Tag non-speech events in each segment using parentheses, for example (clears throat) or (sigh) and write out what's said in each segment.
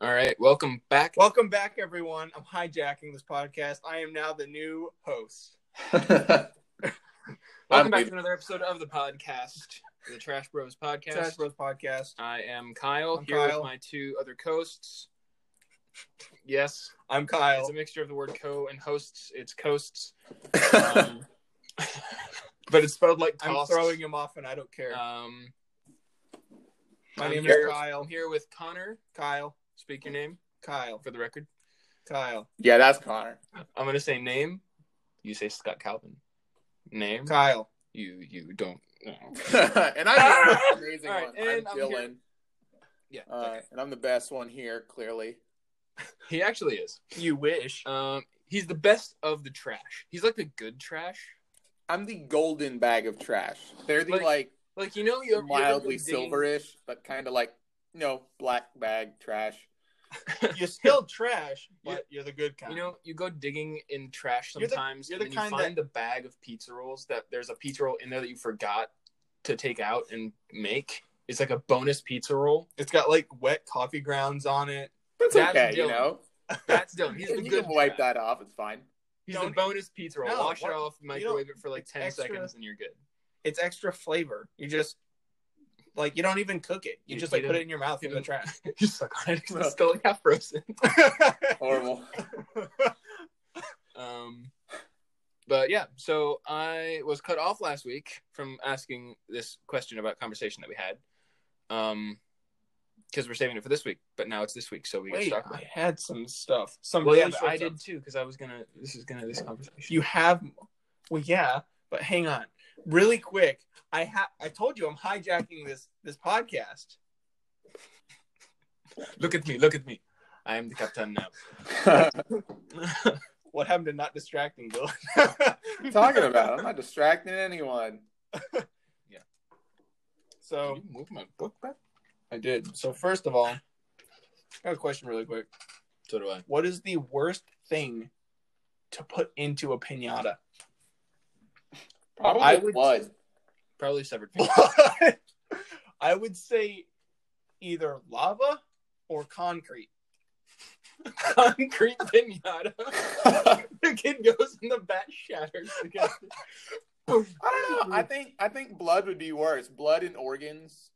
All right, welcome back. Welcome back, everyone. I'm hijacking this podcast. I am now the new host. Uh, Welcome I'm- back to another episode of the podcast, the Trash Bros podcast. Trash Bros Podcast. I am Kyle I'm here Kyle. with my two other coasts. Yes, I'm it's Kyle. a mixture of the word co and hosts. It's coasts, (laughs) um, but it's spelled like I'm tossed. throwing him off, and I don't care. Um, My I'm name here- is Kyle. I'm here with Connor. Kyle. Speak your name Kyle. for the record. Kyle. yeah, that's Connor. (laughs) I'm gonna say name. You say Scott Calvin. Name. Kyle. You you don't. no. and I'm Ah! (laughs) an amazing All right, one. and I'm I'm Dylan. Yeah. Uh, And I'm the best one here, clearly. He actually is. You wish. Um, he's the best of the trash. He's like the good trash. I'm the golden bag of trash. They're the Like, like, Like you know, you ever- you ever mildly been digging- silverish, but kind of like you know black bag trash. (laughs) You're (laughs) still trash, but you're the good kind. You know, you go digging in trash You're the- sometimes, you're the and then you kind find the bag of pizza rolls that there's a pizza roll in there that you forgot to take out and make. It's like a bonus pizza roll. it's got like wet coffee grounds on it. That's That's okay, you Dylan. know. That's done. (laughs) He's the You good can wipe trash. that off. It's fine. He's the Don't- bonus pizza roll. No, Wash what- it off, don't- microwave it for like it's ten extra. seconds, and you're good. (laughs) It's extra flavor. You just like you don't even cook it. You You- just you like put don't- it in your mouth you in the trash. (laughs) you suck on it. 'cause It's still like half frozen. Horrible. (laughs) (laughs) Um, but yeah, so I was cut off last week from asking this question about conversation that we had, um, because we're saving it for this week. But now it's this week, so we got to Wait, talk about. I It. had some stuff. Some Well, yeah, really but short I stuff. did too, because I was gonna. This is gonna this conversation. You have, well, yeah, but hang on, really quick. I ha- I told you I'm hijacking this this podcast. look at me, look at me. I am the captain now. What happened to not distracting, Bill? (laughs) talking about. I'm not distracting anyone. Can so you move my book back? I did. So first of all, I got a question really quick. So do I. What is the worst thing to put into a pinata? (laughs) Probably I would- blood. Probably (laughs) severed. fingers. What? I would say either lava or concrete. Concrete pinata. (laughs) (laughs) the kid goes in the bat (laughs) shatters. Against it. I don't (laughs) know. I think I think blood would be worse. Blood and organs.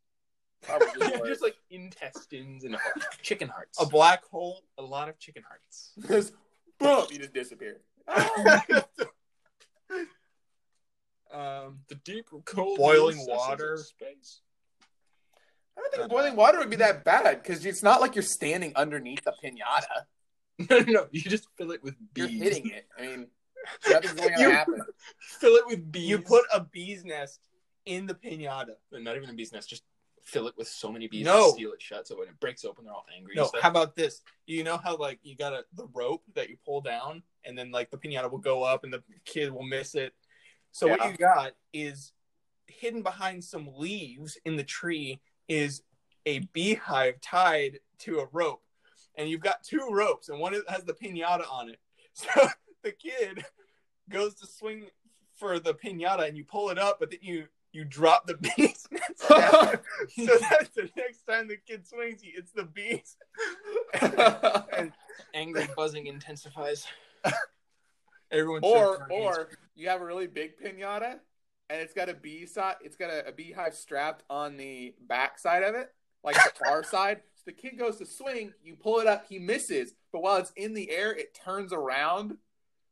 Probably (laughs) Yeah, worse. just like intestines and heart- chicken hearts. A black hole. A lot of chicken hearts. Just boom, you just disappear. (laughs) um, The deep, cold, Boiling recesses of water. space. (laughs) I don't think boiling water would be that bad because it's not like you're standing underneath the pinata. No, no, no. You just fill it with You're bees. hitting it. I mean, nothing's really gonna You- happen. Fill it with bees. you put a bee's nest in the pinata. not even a bee's nest. Just fill it with so many bees. No. and seal it shut. So when it breaks open, they're all angry. No, and stuff. how about this? You know how like you got a the rope that you pull down, and then like the pinata will go up, and the kid will miss it. So Yeah. what you got is hidden behind some leaves in the tree is a beehive tied to a rope, and you've got two ropes, and one has the pinata on it. (laughs) So the kid goes to swing for the pinata, and you pull it up, but then you you drop the (laughs) bees. down. (laughs) So that's the next time the kid swings you, it's the bees. (laughs) (laughs) angry buzzing intensifies. Everyone or or you have a really big pinata and it's got a bee side it's got a, a beehive strapped on the back side of it like the far side so the kid goes to swing you pull it up he misses but while it's in the air it turns around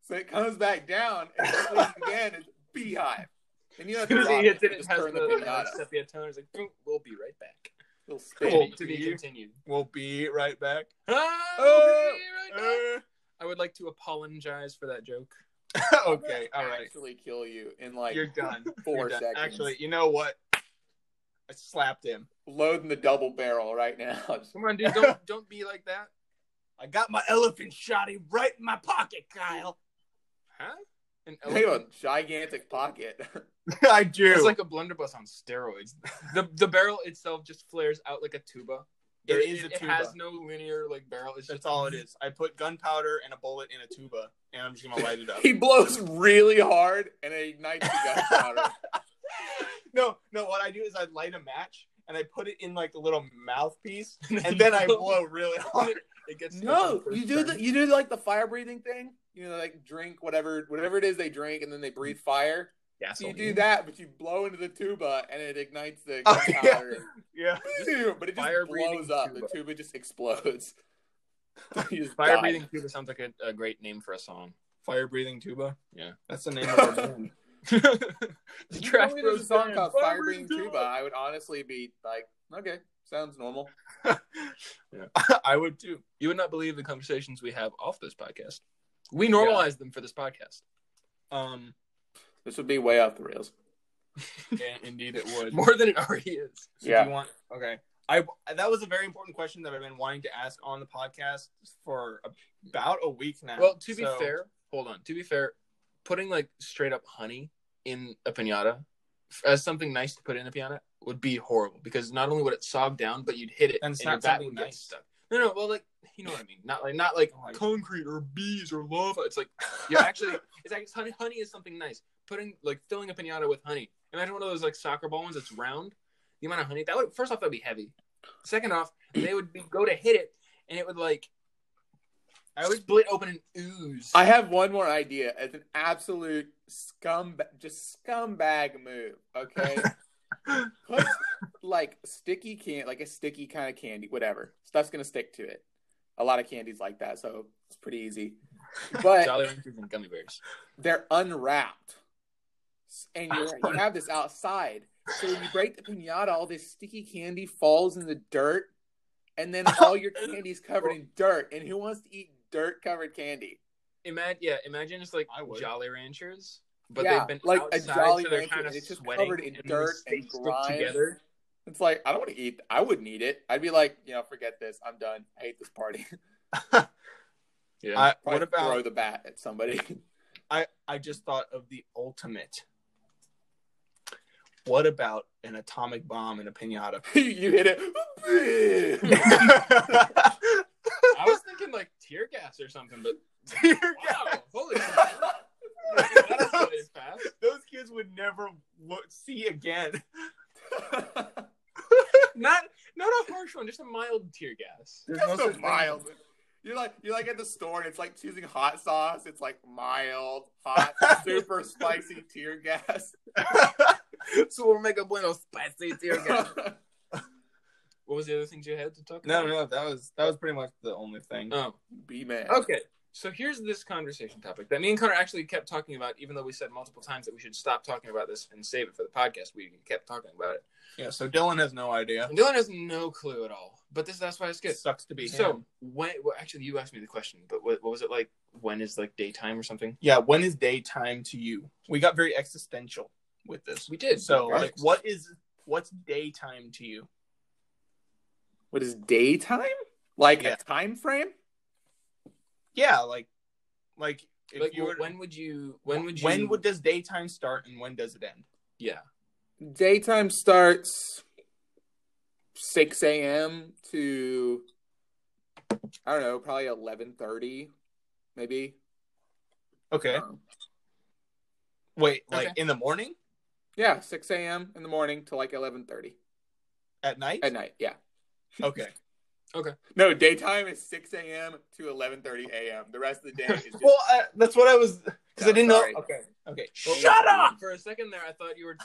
so it comes back down and it swings again it's beehive and you As have soon to as he drop hits (laughs) it, it, it just has the, turn the, the pinata sepia tone. It's like, boom, we'll be right back. It'll spin. Cool. to be Beer. continued. we'll be right (laughs) back. Ah, Oh, we'll be right back. I would like to apologize for that joke. (laughs) okay, all right. actually kill you in like You're done. 4 You're done. seconds Actually, you know what? I slapped him. loading the double barrel right now (laughs) (laughs) Come on, dude. Don't don't be like that. I got my elephant shotty right in my pocket, Kyle. Huh? An They have elephant? a gigantic pocket. (laughs) (laughs) I do. It's like a blunderbuss on steroids. (laughs) The the barrel itself just flares out like a tuba. There- is a It tuba. has no linear like barrel. It's That's just all it is. I put gunpowder and a bullet in a tuba, and I'm just gonna light (laughs) it up. he blows really (laughs) hard and it ignites the gunpowder. no, no. What I do is I light a match and I put it in like the little mouthpiece, (laughs) and then I blow (laughs) really hard. It gets stuck on No, first you do burn. the you do like the fire breathing thing. You know, like drink whatever whatever it is they drink, and then they breathe fire. So you Gasoline. do that, but you blow into the tuba, and it ignites the Oh, yeah. gunpowder. yeah. But (laughs) it just Fire blows breathing up. tuba. The tuba just explodes. (laughs) You just Fire die. (laughs) breathing tuba sounds like a, a great name for a song. (laughs) Fire breathing tuba. Yeah. That's the name of our (laughs) band. the If you trash told me there's bros a song band, called Fire Fire Breathing Breathing Tuba, I would honestly be like, okay, sounds normal. yeah. I would too. You would not believe the conversations we have off this podcast. We normalize them for this podcast. Um, This would be way off the rails. Yeah, indeed, it would. more than it already is. So Yeah. Do you want? Okay. I that was a very important question that I've been wanting to ask on the podcast for about a week now. Well, to be So- fair, hold on. To be fair, putting like straight up honey in a pinata f- as something nice to put in a pinata would be horrible because not only would it sog down, but you'd hit it And it's your not bat something would get nice. stuck. No, no. Well, like you know what I mean. Not like not like Oh, I- (laughs) concrete or bees or lava. It's like (laughs) you're actually it's like honey. Honey is something nice. Putting like filling a pinata with honey. Imagine one of those like soccer ball ones that's round. The amount of honey that would first off that'd be heavy. Second off, they would be, go to hit it and it would like I would split open and ooze. I have one more idea. It's an absolute scum, just scumbag move. Okay, put like sticky can, like a sticky kind of candy, whatever stuff's gonna stick to it. A lot of candies like that, so it's pretty easy. But Jolly Ranchers and gummy bears. they're unwrapped, and you you have this outside. So when you break the pinata, all this sticky candy falls in the dirt, and then all your candy's covered in dirt. And who wants to eat dirt covered candy? Imagine, yeah, imagine it's like I would. Jolly Ranchers, but Yeah, they've been like a outside, Jolly so they're Rancher, kind of and it's just sweating covered in and the dirt and sticks stick grime. together. It's like I don't want to eat. I wouldn't eat it. I'd be like, you know, forget this. I'm done. I hate this party. (laughs) Yeah, I, Probably what about throw the bat at somebody? (laughs) I I just thought of the ultimate. What about an atomic bomb and a pinata? (laughs) you hit it. (laughs) Tear I was thinking like tear gas or something, (laughs) but wow, holy, (laughs) that's gas. really fast. Those kids would never look, see again. Not not a harsh one, just a mild tear gas. (laughs) That's so mild. You're like you're like at the store and it's like choosing hot sauce. It's like mild, (laughs) hot, super spicy tear gas. so we'll make a bueno spicy (laughs) tear (laughs) That's What was the other things you had to talk? No, about? no, that was that was pretty much the only thing. Oh, B man. Okay. So here's this conversation topic that me and Connor actually kept talking about, even though we said multiple times that we should stop talking about this and save it for the podcast. We kept talking about it. Yeah, so Dylan has no idea. And Dylan has no clue at all, but this that's why it's good. Sucks to be So him. when? Well, actually, you asked me the question, but what, what was it like? When is like daytime or something? Yeah, when is daytime to you? We got very existential with this. We did. So, Right. like, what is what's daytime to you? What is daytime? Like Yeah. a time frame? Yeah, like, like if Like, you were, when would you? When would you? when would does daytime start and when does it end? Yeah. Daytime starts six a.m. to I don't know, probably eleven thirty, maybe. Okay, Um, wait, like Okay. in the morning, yeah, six a.m. in the morning to like eleven thirty at night. at night. Yeah. Okay, No, daytime is 6 a.m. to 11:30 a.m. The rest of the (laughs) day is just well, uh, that's what I was because No, I didn't sorry. know. Okay, okay, Well, shut up. For a second there, I thought you were.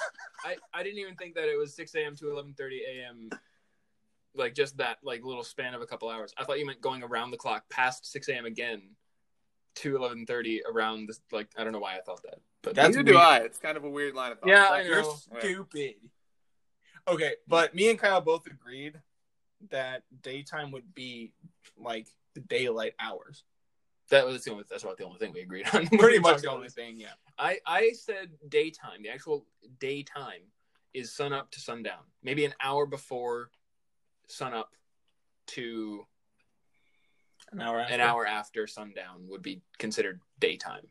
I I didn't even think that it was six a.m. to eleven thirty a.m. Like just that like little span of a couple hours. I thought you meant going around the clock past six a.m. again to eleven thirty around this. Like I don't know why I thought that, but That's Neither do weird. I. It's kind of a weird line of thought. Yeah, Like, I you're know. s- Stupid. Okay, but me and Kyle both agreed that daytime would be like the daylight (laughs) hours. that was the only. That's about the only thing we agreed on. (laughs) Pretty much the only thing, yeah. I I said daytime. The actual daytime is sun up to sundown. Maybe an hour before sun up to An hour. an hour after sundown would be considered daytime.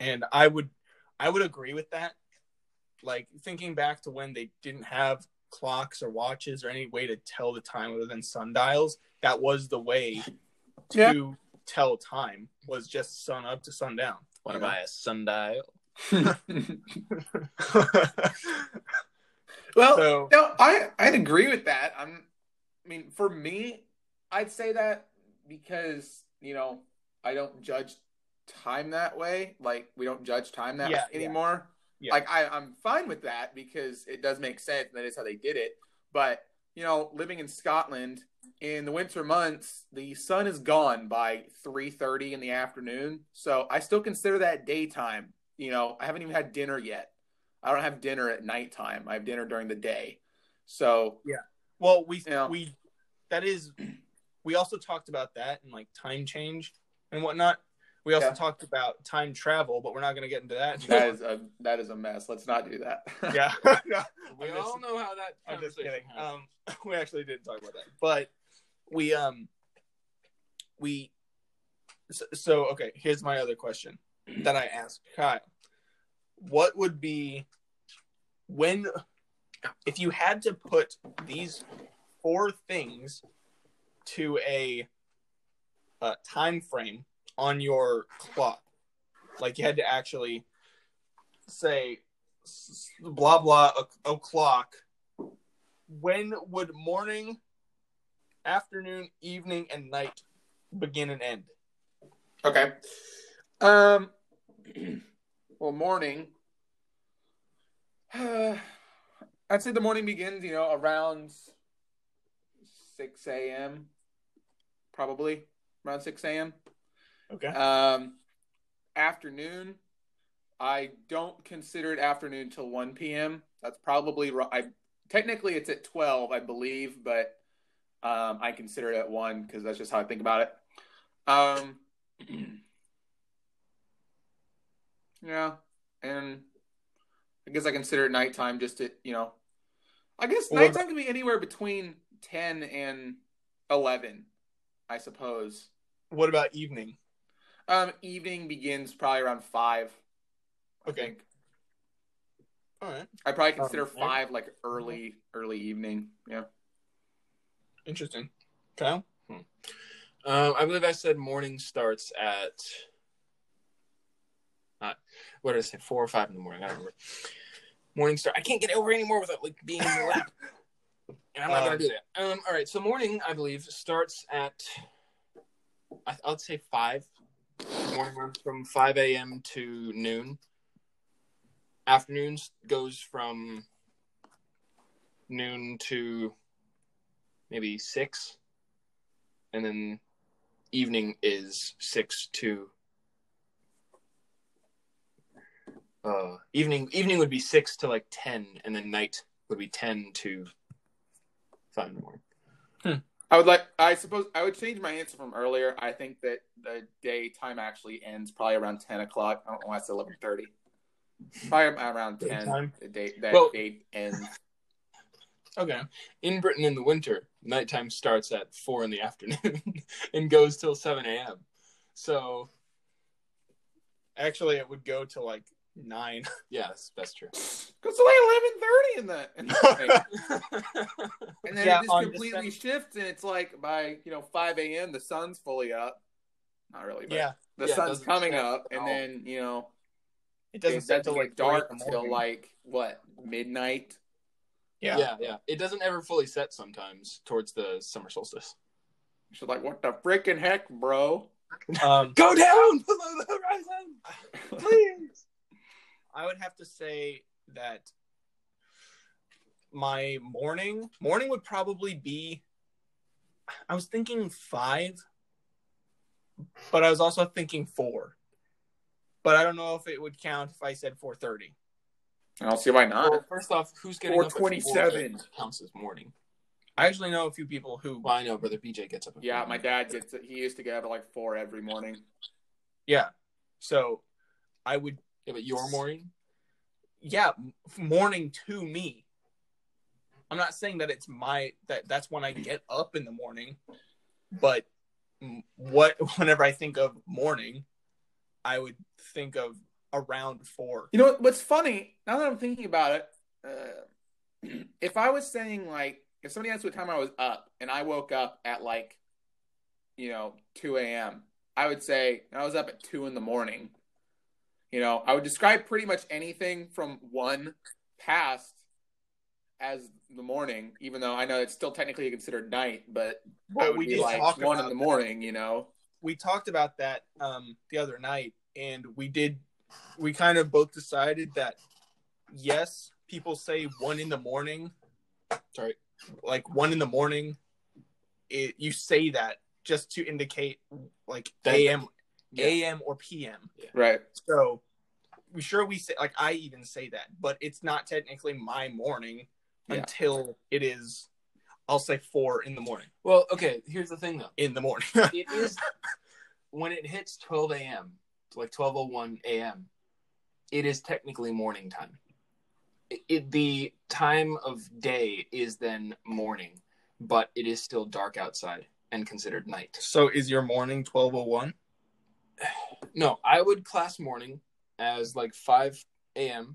And I would I would agree with that. Like thinking back to when they didn't have clocks or watches or any way to tell the time other than sundials, that was the way to tell time was just sun up to sundown. (laughs) Want to Yeah. buy a sundial? (laughs) Well, So- no, I I'd agree with that. I'm, I mean, for me, I'd say that because you know I don't judge time that way. Like we don't judge time that Yeah, way yeah. anymore. Yeah. Like I, I'm fine with that because it does make sense and that is how they did it. But you know, living in Scotland in the winter months, the sun is gone by three thirty in the afternoon. So I still consider that daytime. You know, I haven't even had dinner yet. I don't have dinner at nighttime. I have dinner during the day. So Well, we Yeah. we that is we also talked about that and like time change and whatnot. We also Yeah. talked about time travel, but we're not going to get into (laughs) that. that is a that is a mess. Let's not do that. (laughs) (laughs) yeah, We I'm all just- know how that I'm just conversation kidding. happened. Um, (laughs) we actually didn't talk about that, but we um we so, so okay. Here's my other question that I asked Kyle: What would be when if you had to put these four things to a, uh time frame on your clock? Like you had to actually say s- s- blah blah o- o'clock when would morning, afternoon, evening, and night begin and end? Okay. Um. (clears throat) Well, morning. (sighs) I'd say the morning begins, you know, around six a.m. Probably around six a.m. Okay. Um, afternoon. I don't consider it afternoon till one p.m. That's probably ri- I technically it's at twelve, I believe, but um, I consider it at one because that's just how I think about it. Um, (clears throat) yeah, and I guess I consider it nighttime just to you know. I guess Well, nighttime can be anywhere between ten and eleven, I suppose. What about evening? Um, evening begins probably around five. I Okay. think. All right. I probably consider Um, yeah. five like early, early evening. Yeah. Interesting. Kyle? Um, I believe I said morning starts at not what did I say four or five in the morning. I don't remember. Morning start. I can't get over anymore without like being in your lap, and I'm not gonna Um, do that. Um, all right. So morning, I believe, starts at I, I'll say five. Morning runs from five a.m. to noon. Afternoons goes from noon to maybe six and then evening is six to uh evening evening would be six to like ten and then night would be ten to five in the morning I would like. I suppose I would change my answer from earlier. I think that the daytime actually ends probably around ten o'clock. I don't know why it's eleven thirty. Probably around ten. Daytime. The day that Well- date ends. Okay. in britain in the winter nighttime starts at four in the (laughs) afternoon and goes till 7 a.m so Actually, it would go to like nine. (laughs) yeah that's, that's true (laughs) It's like eleven thirty in the. In the and then Yeah, it just on completely December- shifts, and it's like by you know five a.m. the sun's fully up. Not really, but yeah. the Yeah, it sun's doesn't coming set up, at and all. then you know It it doesn't doesn't set to get like dark until until like what midnight. yeah. Yeah. yeah it doesn't ever fully set sometimes towards the summer solstice She's like, "What the freaking heck, bro?" (laughs) (laughs) Um, go down (laughs) below the horizon please I would have to say that my morning morning would probably be I was thinking 5 but I was also thinking 4 but I don't know if it would count if I said 4:30 I don't see why Well, not. first off, who's getting up at 427. 4:30 counts as morning? I actually know a few people who Well, I know, brother. BJ gets up. At Yeah, 4:30. my dad gets it. He used to get up at like four every morning. yeah so I would Yeah, but your morning. yeah m- morning to me i'm not saying that it's my that that's when i get up in the morning but m- what (laughs) whenever i think of morning i would think of around four You know what- what's funny? Now that I'm thinking about it, uh, (clears throat) if I was saying like, if somebody asked what time I was up, and I woke up at like, you know, two a.m., I would say I was up at two in the morning. You know, I would describe pretty much anything from one past as the morning, even though I know it's still technically considered night, but Well, it would we be did like talk one in about the morning, you know. we talked about that um, the other night, and we did. We kind of both decided that yes, people say one in the morning. Sorry. like one in the morning. It, you say that just to indicate like That- a.m. Yeah. a.m. or p.m. Right. So we sure we say like I even say that, but it's not technically my morning Yeah. until it is. I'll say four in the morning. Well, okay. Here's the thing, though. In the morning. (laughs) It is (laughs) when it hits 12 a.m. like 12:01 a.m. It is technically morning time. It, it- the time of day is then morning, but it is still dark outside and considered night. so is your morning twelve oh one? No, I would class morning as like 5 a.m.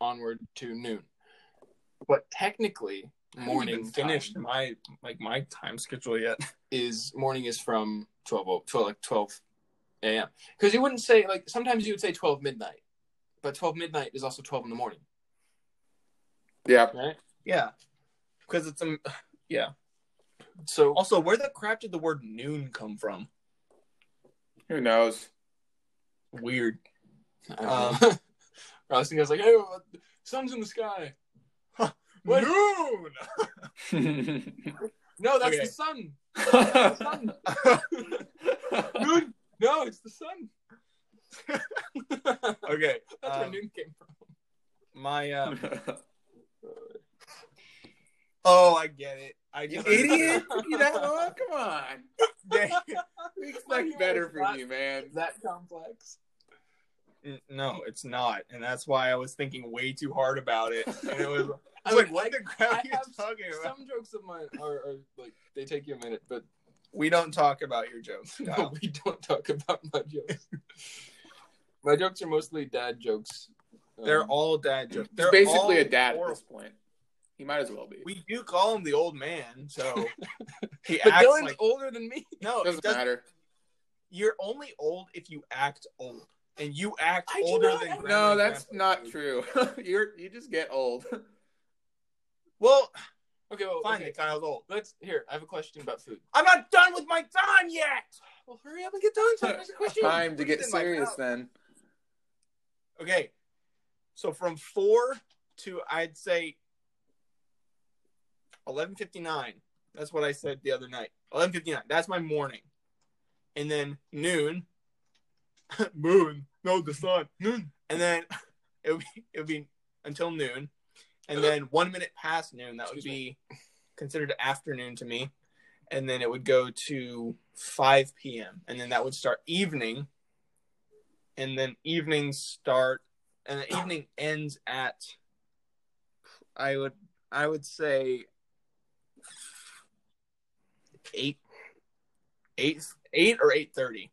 onward to noon. But technically, morning time finished my like my time schedule yet. is morning is from 12, o- 12 like 12 a.m. Because you wouldn't say like sometimes you would say 12 midnight, but 12 midnight is also 12 in the morning, Yeah. right? Yeah, because it's um. So Also, where the crap did the word noon come from? Who knows? (laughs) Weird. I, don't um, know. (laughs) I was thinking I was like, hey, what- sun's in the sky. What? Noon. No, that's the Okay. sun. (laughs) The That's sun. Dude, no, it's the sun. (laughs) that's Okay. where um, noon came from. my (laughs) um. Oh, I get it. I you just idiot! You know what? Come on. We Like, expect better not- from you, man. That complex. (laughs) N- no, it's not, and that's why I was thinking way too hard about it, and it was. I I would was like, what like- the crap I are you have talking about? Some jokes of mine are, are like they take you a minute, but We don't talk about (laughs) your jokes. No, Kyle. we don't talk about my jokes. my jokes are mostly dad jokes. Um, They're all dad jokes. He's They're basically all a dad at horrible. this point. He might as well be. We do call him the old man, (laughs) so he But acts Dylan's like older than me. (laughs) no. It doesn't doesn't, matter. you're only old if you act old, and you act I do older not than act- grandma No, and that's grandpa. not true. (laughs) You're you just get old. Well, Okay, well, fine. okay. that Kyle's old. Let's here. I have a question about food. I'm not done with my time yet. Well, hurry up and get done. Tyler. (laughs) There's a question. Time What's to get in my serious mouth? then. Okay, so from four to I'd say eleven fifty nine. That's what I said the other night. Eleven fifty nine. That's my morning, and then noon. (laughs) moon. No, the sun. Noon. And then (laughs) it would be, it would be until noon, and then one minute past noon that would Excuse be considered afternoon to me, and then it would go to five p.m. and then that would start evening, and then evenings start, and the evening ends at. I would I would say eight, eight, eight or eight thirty,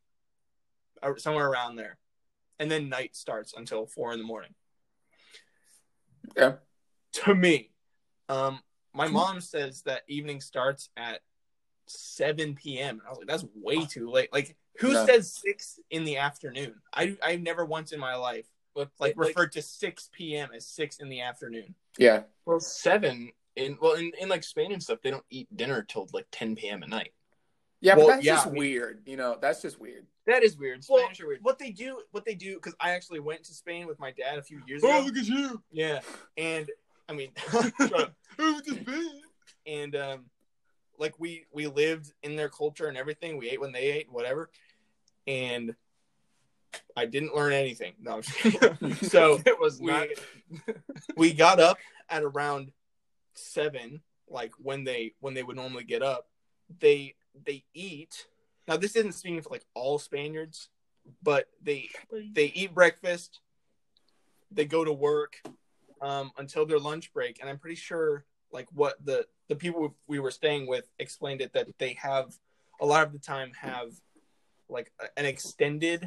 uh, somewhere around there, and then night starts until four in the morning. Yeah. To me, um, my mom says that evening starts at seven p.m. And I was like, that's way too late. Like, who No. says six in the afternoon? I I've never once in my life Look, like like, referred to six p.m. as six in the afternoon. Yeah. well, seven in well in, in like Spain and stuff, they don't eat dinner till like 10 p.m. at night. Yeah, Well, but that's yeah, just I mean- weird. You know, that's (laughs) just weird. That is weird. Well, Spanish are weird. what they do, what they do, because I actually went to Spain with my dad a few years ago. oh, at you. Oh, Yeah, and I mean, and um, like we we lived in their culture and everything. We ate when they ate, whatever. And I didn't learn anything. No, I'm just (laughs) kidding. so it was we- not. we got up at around seven, like when they when they would normally get up. They they eat. Now this isn't speaking for like all Spaniards, but they they eat breakfast they go to work um, until their lunch break and i'm pretty sure like what the the people we were staying with explained it that they have a lot of the time have like a- an extended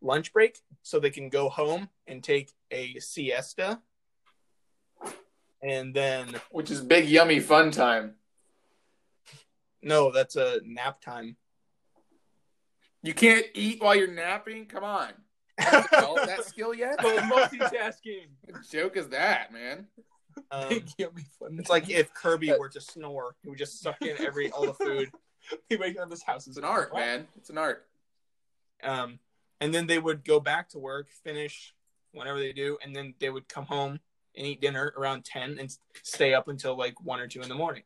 lunch break so they can go home and take a siesta and then Which is big yummy fun time. no that's a nap time You can't eat while you're napping? Come on. Haven't (laughs) developed that skill yet? Oh, multitasking. What joke is that, man? (laughs) Um, Can't be fun. it's like if Kirby were to snore, he would just suck in every all the food. (laughs) he wakes up his house. It's an art, man. It's an art. Um, and then they would go back to work, finish whenever they do, and then they would come home and eat dinner around ten and s- stay up until like one or two in the morning.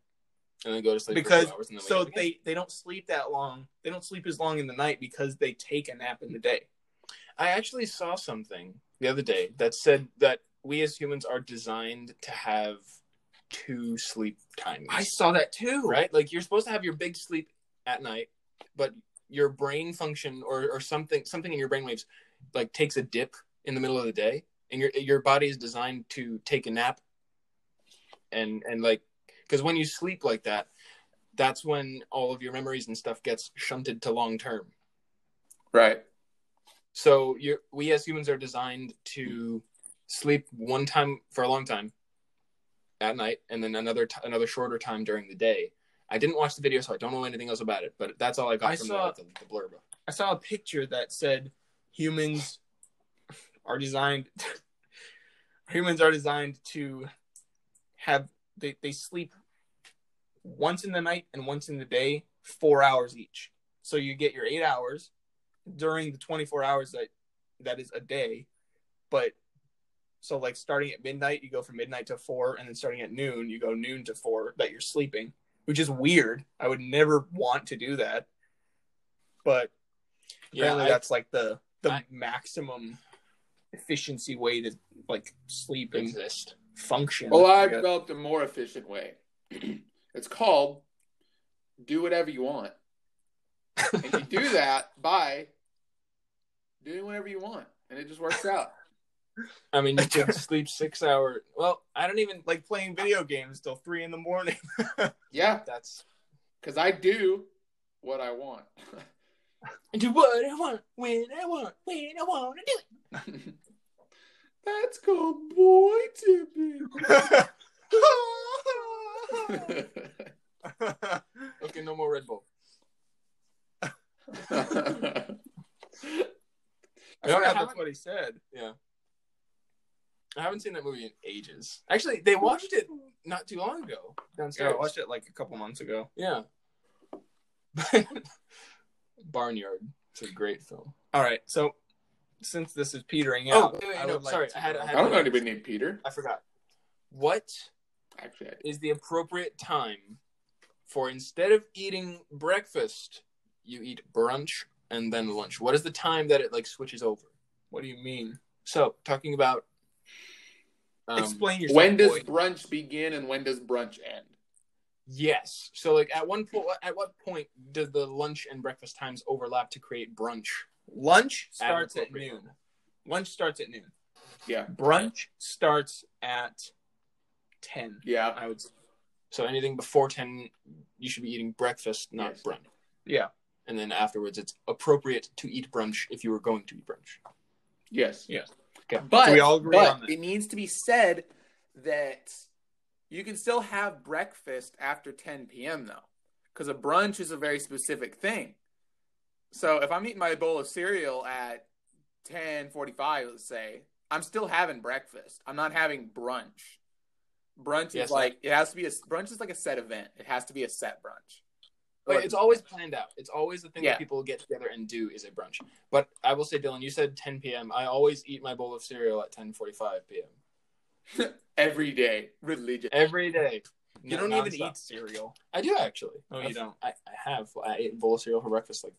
And then go to sleep Because- for two hours and then wake So up again. they they don't sleep that long. They don't sleep as long in the night because they take a nap in the day. I actually saw something the other day that said that we as humans are designed to have two sleep times. I saw that too. right? Like you're supposed to have your big sleep at night, but your brain function or, or something something in your brainwaves like takes a dip in the middle of the day, and your your body is designed to take a nap. And and like because when you sleep like that, that's when all of your memories and stuff gets shunted to long term. Right. So you we as humans are designed to sleep one time for a long time at night, and then another t- another shorter time during the day. I didn't watch the video, so I don't know anything else about it. But that's all I got I from saw- the, the blurb. I saw a picture that said humans are designed (laughs) humans are designed to have they, they sleep once in the night and once in the day, four hours each. So you get your eight hours during the twenty four hours that that is a day. But so like starting at midnight you go from midnight to four and then starting at noon you go noon to four that you're sleeping, which is weird. I would never want to do that. But Yeah, Apparently, I- that's like the the I- maximum efficiency way to like sleep and exist. function. Well, I've Yeah. developed a more efficient way. (clears throat) it's called do whatever you want. and you do that by doing whatever you want. And it just works out. I mean, you (laughs) can sleep six hour. Well, I don't even like. like playing video games till three in the (laughs) morning. Yeah. That's Because I do what I want. (laughs) I do what I want when I want when I want to do it. That's called boy tipping. (laughs) Okay, no more Red Bull. I Yeah, I forgot that's haven't- what he said. I haven't seen that movie in ages. Actually, they watched it not too long ago Yeah, downstairs. I watched it like a couple months ago. Yeah. (laughs) Barnyard. It's a great film. All right, so since this is petering Oh, out, wait, wait, I no, would like sorry, to I had- go- I I had- don't know anybody named Peter. I forgot. What Actually, I do. is the appropriate time for instead of eating breakfast, you eat brunch and then lunch? What is the time that it like switches over? what do you mean? So, talking about um, Explain yourself. When does boy. brunch begin and when does brunch end? Yes. So, like at one point, at what point do the lunch and breakfast times overlap to create brunch? lunch an starts at appropriate noon? Lunch starts at noon. Yeah. Brunch starts at ten. Yeah. I would. say. So, anything before ten, you should be eating breakfast, not Yes. brunch. Yeah. and then afterwards it's appropriate to eat brunch if you were going to eat brunch. Yes. Yes. Okay. But, Do we all agree but on that? it needs to be said that you can still have breakfast after 10 p.m. though, because a brunch is a very specific thing. So if I'm eating my bowl of cereal at 10:45, let's say, I'm still having breakfast. I'm not having brunch. Brunch Yes, is like it has to be a brunch is like a set event. It has to be a set brunch. But it's always planned out. It's always the thing Yeah. that people get together and do is a brunch. But I will say, Dylan, you said 10 p.m. I always eat my bowl of cereal at 10:45 p.m. every day religion. every day. You don't even eat cereal. I do actually. Oh, you I've- don't? I, I have. I ate a bowl of cereal for breakfast like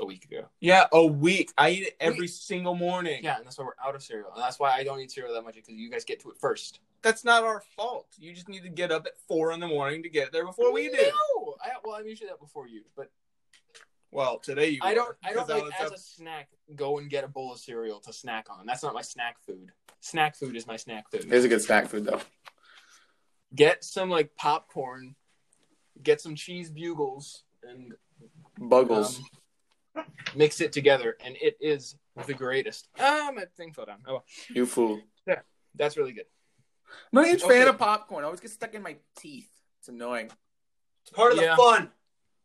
a week ago. Yeah, a week. I eat it every single morning. Yeah, and that's why we're out of cereal. And that's why I don't eat cereal that much because you guys get to it first. That's not our fault. You just need to get up at four in the morning to get there before we (laughs) do. No! I, well, I'm usually up before you, but Well, today you. I don't. were, I don't 'cause like was as up- a snack. Go and get a bowl of cereal to snack on. That's not my snack food. Snack food is my snack food. It's a good snack food though. Get some like popcorn. Get some cheese bugles and um, Buggles. mix it together, and it is the greatest. Ah, my thing fell down. Oh, well. you fool. that's really good. I'm not a huge Okay. fan of popcorn. I always get stuck in my teeth. It's annoying. It's part Yeah. fun.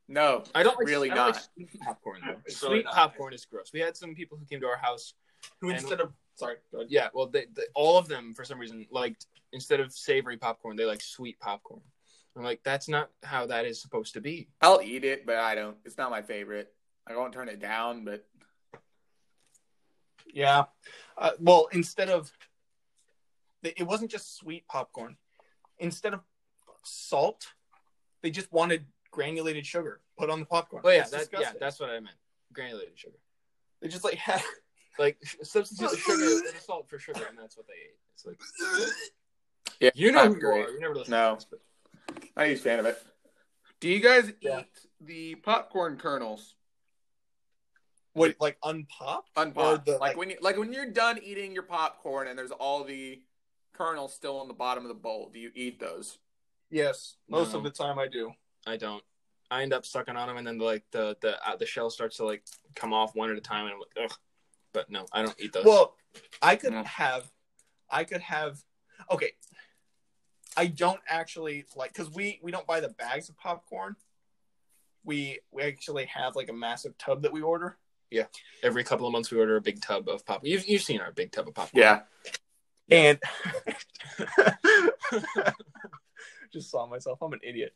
No. I don't like, Really I don't not. like sweet popcorn though. It's sweet really not. popcorn is gross. We had some people who came to our house Who And- instead of sorry, go ahead. Yeah, well, they, they, all of them for some reason liked instead of savory popcorn, they like sweet popcorn. I'm like, that's not how that is supposed to be. I'll eat it, but I don't. It's not my favorite. I won't turn it down, but yeah. Uh, well, instead of it wasn't just sweet popcorn. Instead of salt, they just wanted granulated sugar put on the popcorn. Oh yeah, It's that, yeah, disgusting. (laughs) that's what I meant. Granulated sugar, they just like had (laughs) like substitute (laughs) the sugar and the salt for sugar, and that's what they ate. It's like yeah, you know who you great. are. You never listen. No. to this, but I'm a huge fan of it. Do you guys Yeah. eat the popcorn kernels what like unpopped unpopped? the, like, like- when you like when you're done eating your popcorn and there's all the kernels still on the bottom of the bowl. Do you eat those? Yes, most No. of the time I do. I don't. I end up sucking on them, and then like the the uh, the shell starts to like come off one at a time, and I'm like, ugh. But no, I don't eat those. Well, I could Mm. have, I could have, okay. I don't actually like because we we don't buy the bags of popcorn. We we actually have like a massive tub that we order. every couple of months we order a big tub of popcorn. You've you've seen our big tub of popcorn. Yeah. And (laughs) just saw myself. I'm an idiot.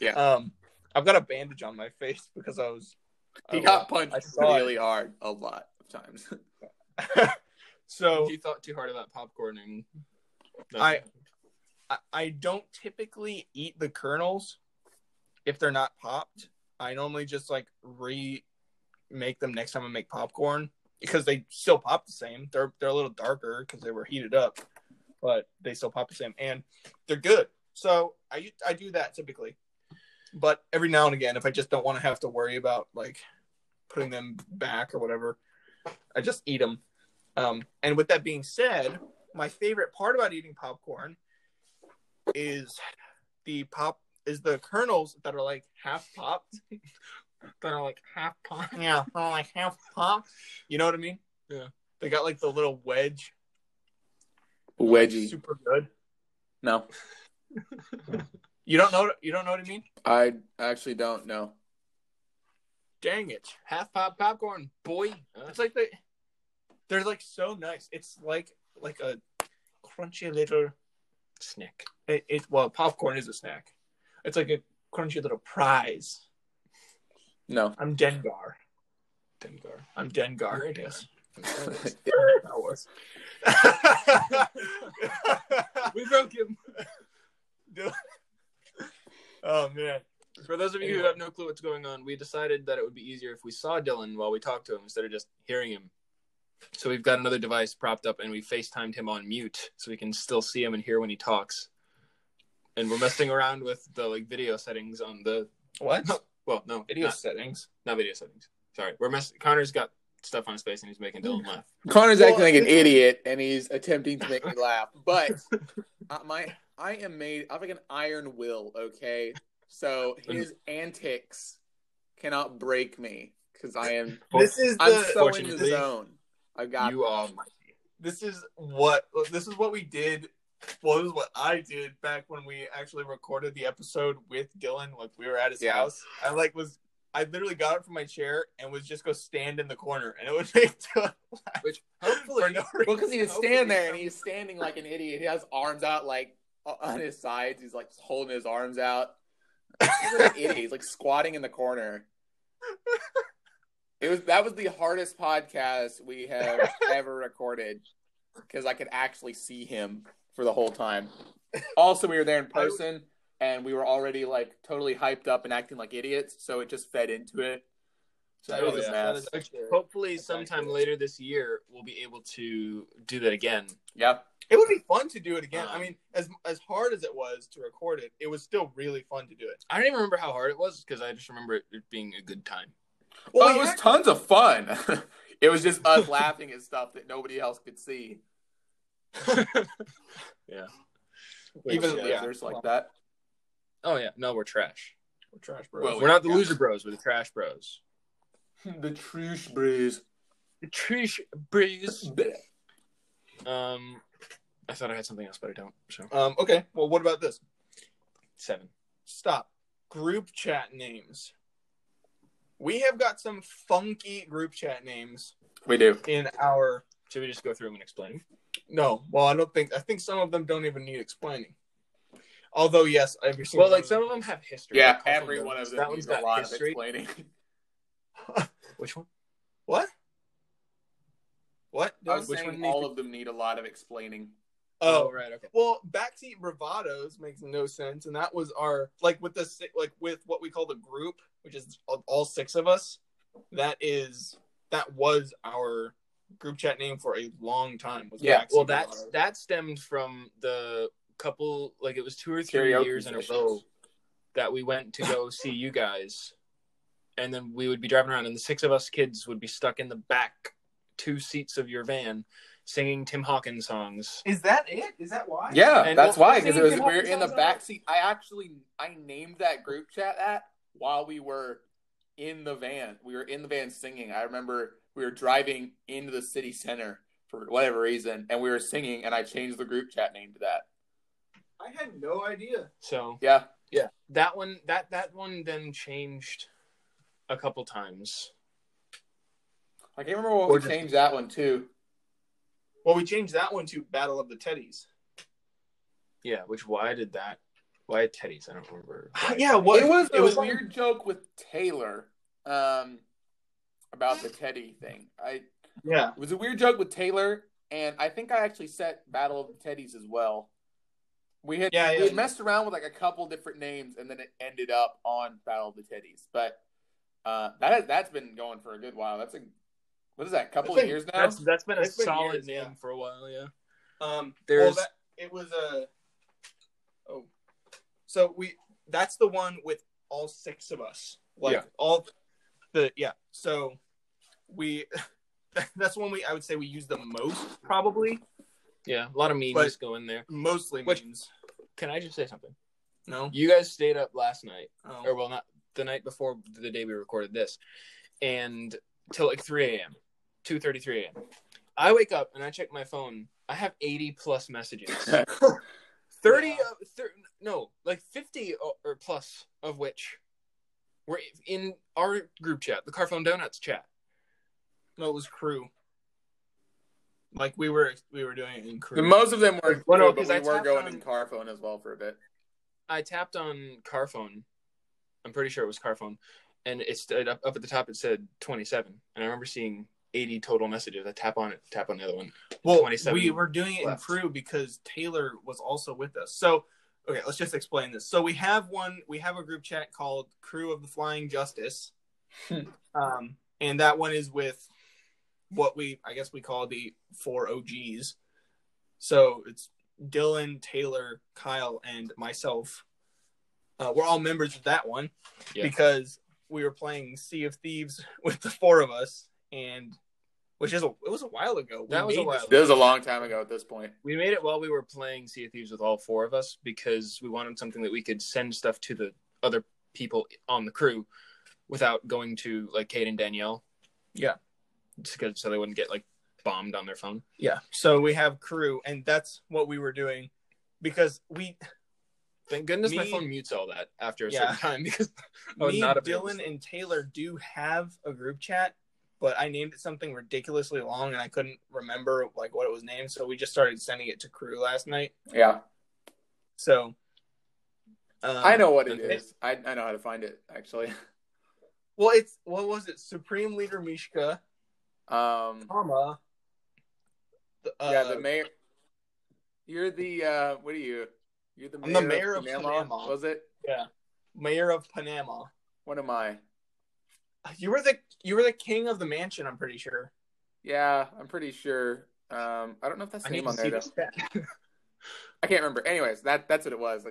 Yeah. Um, I've got a bandage on my face because I was. He I- got punched I saw it. really hard a lot of times. so You thought too hard about popcorn, and I- I- I don't typically eat the kernels if they're not popped. I normally just like re make them next time I make popcorn because they still pop the same. They're they're a little darker because they were heated up, but they still pop the same and they're good. So I I do that typically. But every now and again if I just don't want to have to worry about like putting them back or whatever, I just eat them. Um, and with that being said, my favorite part about eating popcorn is the pop is the kernels that are like half popped. that are like half pop. Yeah, they're like half popped. You know what I mean? Yeah. They got like the little wedge. Wedgie. Super good. (laughs) No, You don't know you don't know what I mean? I actually don't know. Dang it. Half pop popcorn, boy. It's like they they're like so nice. It's like like a crunchy little snack. it, it well popcorn is a snack. It's like a crunchy little prize. No. I'm Dengar. Dengar. I'm Dengar, You're I a guess. (laughs) (laughs) Yeah. Star Wars. we broke him. oh man. For those of you who Anyway. have no clue what's going on, we decided that it would be easier if we saw Dylan while we talked to him instead of just hearing him. So we've got another device propped up and we FaceTimed him on mute so we can still see him and hear when he talks. And we're messing around with the like video settings on the (laughs) What? well, no, Video not, settings. not video settings. Sorry. We're mess Connor's got stuff on his face and he's making Dylan laugh. Connor's Well, acting like an it's- idiot, and he's attempting to make me laugh. But uh, my, I am made. I have like an iron will. Okay, so his antics cannot break me because I am. This is I'm the so in the Fortunately, zone. I got. You are my this is what this is what we did. Well, this is what I did back when we actually recorded the episode with Dylan. Like we were at his Yeah. house. I like was I literally got up from my chair and was just go stand in the corner and it would make (laughs) Dylan which (laughs) for hopefully no reason. (laughs) well, because he would Hopefully stand there and some- he's standing like an idiot. He has arms out like o- on his sides. He's like holding his arms out. He's like an idiot. He's like squatting in the corner. It was that was the hardest podcast we have ever recorded because I could actually see him for the whole time. Also, we were there in person and we were already like totally hyped up and acting like idiots, so it just fed into it. So it Oh, was a yeah. mess. hopefully That's sometime accurate. later this year we'll be able to do that again. Yeah, It would be fun to do it again. Um, Uh-huh. I mean, as as hard as it was to record it, it was still really fun to do it. I don't even remember how hard it was because I just remember it, it being a good time. Well, Well, it you was had- tons of fun. (laughs) it was just (laughs) us laughing at stuff that nobody else could see. Even- Even yeah. losers like that. Oh yeah, no, we're trash. We're trash, Well, We're not the yeah. loser bros. We're the trash bros. Hmm, The truth brews. The trash bros. Um, I thought I had something else, but I don't. So Um, okay. Well, what about this? seven. Stop. Group chat names. We have got some funky group chat names (laughs) We do. in our Should we just go through them and explain? 'em? No, well, I don't think. I think some of them don't even need explaining. Although, yes, every single. Well, like one some of them have history. Yeah, Like, Castle every one Donuts. of them That one's needs a got lot history. of explaining. Which one? what? What? I was Which one saying needs all of them need a lot of explaining. Oh, right. Okay. well, backseat bravados makes no sense, and that was our like with the si- like with what we call the group, which is of all six of us. That is that was our group chat name for a long time. Was Yeah, Backseat Well, that's Bravados. that stemmed from the couple. Like it was two or three Karaoke years in a sessions. row that we went to go see you guys, and then we would be driving around, and the six of us kids would be stuck in the back two seats of your van, singing Tim Hawkins songs. is that it? Is that why? Yeah, And that's what- why because it was Singing we're in the songs back seat. I actually I named that group chat that while we were in the van. We were in the van singing. I remember we were driving into the city center for whatever reason, and we were singing, and I changed the group chat name to that. I had no idea. So Yeah, that one, that that one, then changed a couple times. I can't remember what Or we just- changed that one to. Well, we changed that one to Battle of the Teddies. Yeah. Which why did that? Why Teddy's? I don't remember. why (sighs) yeah, Teddy's. what it was it a was like- weird joke with Taylor um, about the Teddy thing. I Yeah, It was a weird joke with Taylor, and I think I actually set Battle of the Teddies as well. We had Yeah, yeah, we had yeah. messed around with like a couple different names, and then it ended up on Battle of the Teddies. But uh, that that's been going for a good while. That's a what is that? A couple That's been- of years now. That's that's been a It's been solid years, name yeah. for a while. Yeah. um, There's- well, that, it was a. Oh, so we that's the one with all six of us, like Yeah. all the yeah. So we (laughs) that's one we I would say we use the most probably Yeah, a lot of memes But- go in there. mostly Which- memes. Can I just say something? No, You guys stayed up last night, oh. or well, not the night before the day we recorded this, and till like 3 a.m., 2:33 a.m. I wake up and I check my phone. I have 80 plus (laughs) messages. (laughs) 30 Yeah. of thir- no, like 50 o- or plus of which were in our group chat, the Carphone Donuts chat. no, it was crew. Like we were we were doing it in crew. The most of them were, Well, no, but 'cause we I were tapped going on- in Carphone as well for a bit. I tapped on Carphone. I'm pretty sure it was Carphone, and it's up, up at the top. It said 27, and I remember seeing 80 total messages. I tap on it, tap on the other one. Well, 27 we were doing it left. in crew because Taylor was also with us. So, okay, let's just explain this. So we have one, we have a group chat called Crew of the Flying Justice, Hmm. um, and that one is with what we, I guess, we call the four OGs. So it's Dylan, Taylor, Kyle, and myself. Uh, we're all members of that one Yeah. because we were playing Sea of Thieves (laughs) with the four of us, and which is a it was a while ago. We That was a made while this ago. This was a long time ago at this point. We made it while we were playing Sea of Thieves with all four of us because we wanted something that we could send stuff to the other people on the crew without going to like Kate and Danielle. Yeah. Just 'cause- so they wouldn't get like bombed on their phone. Yeah. So we have crew, and that's what we were doing because we, Thank goodness my Me- phone mutes all that after a Yeah. Oh, certain time (laughs) because I Oh, was me, not available. Dylan, and Taylor do have a group chat, but I named it something ridiculously long, and I couldn't remember like what it was named, so we just started sending it to crew last night. Yeah, So um, I know what it okay. is. I, I know how to find it actually. Well, it's what was it? Supreme Leader Mishka, Um, comma. the- Uh, yeah, the mayor. You're the uh, what are you? You're the mayor, I'm the mayor of Panama. Was it? mayor of Panama. What am I? You were the you were the king of the mansion. I'm pretty sure. Yeah, I'm pretty sure. Um, I don't know if that's I the need name to on see there. Though. this. I can't remember. Anyways, that that's what it was. I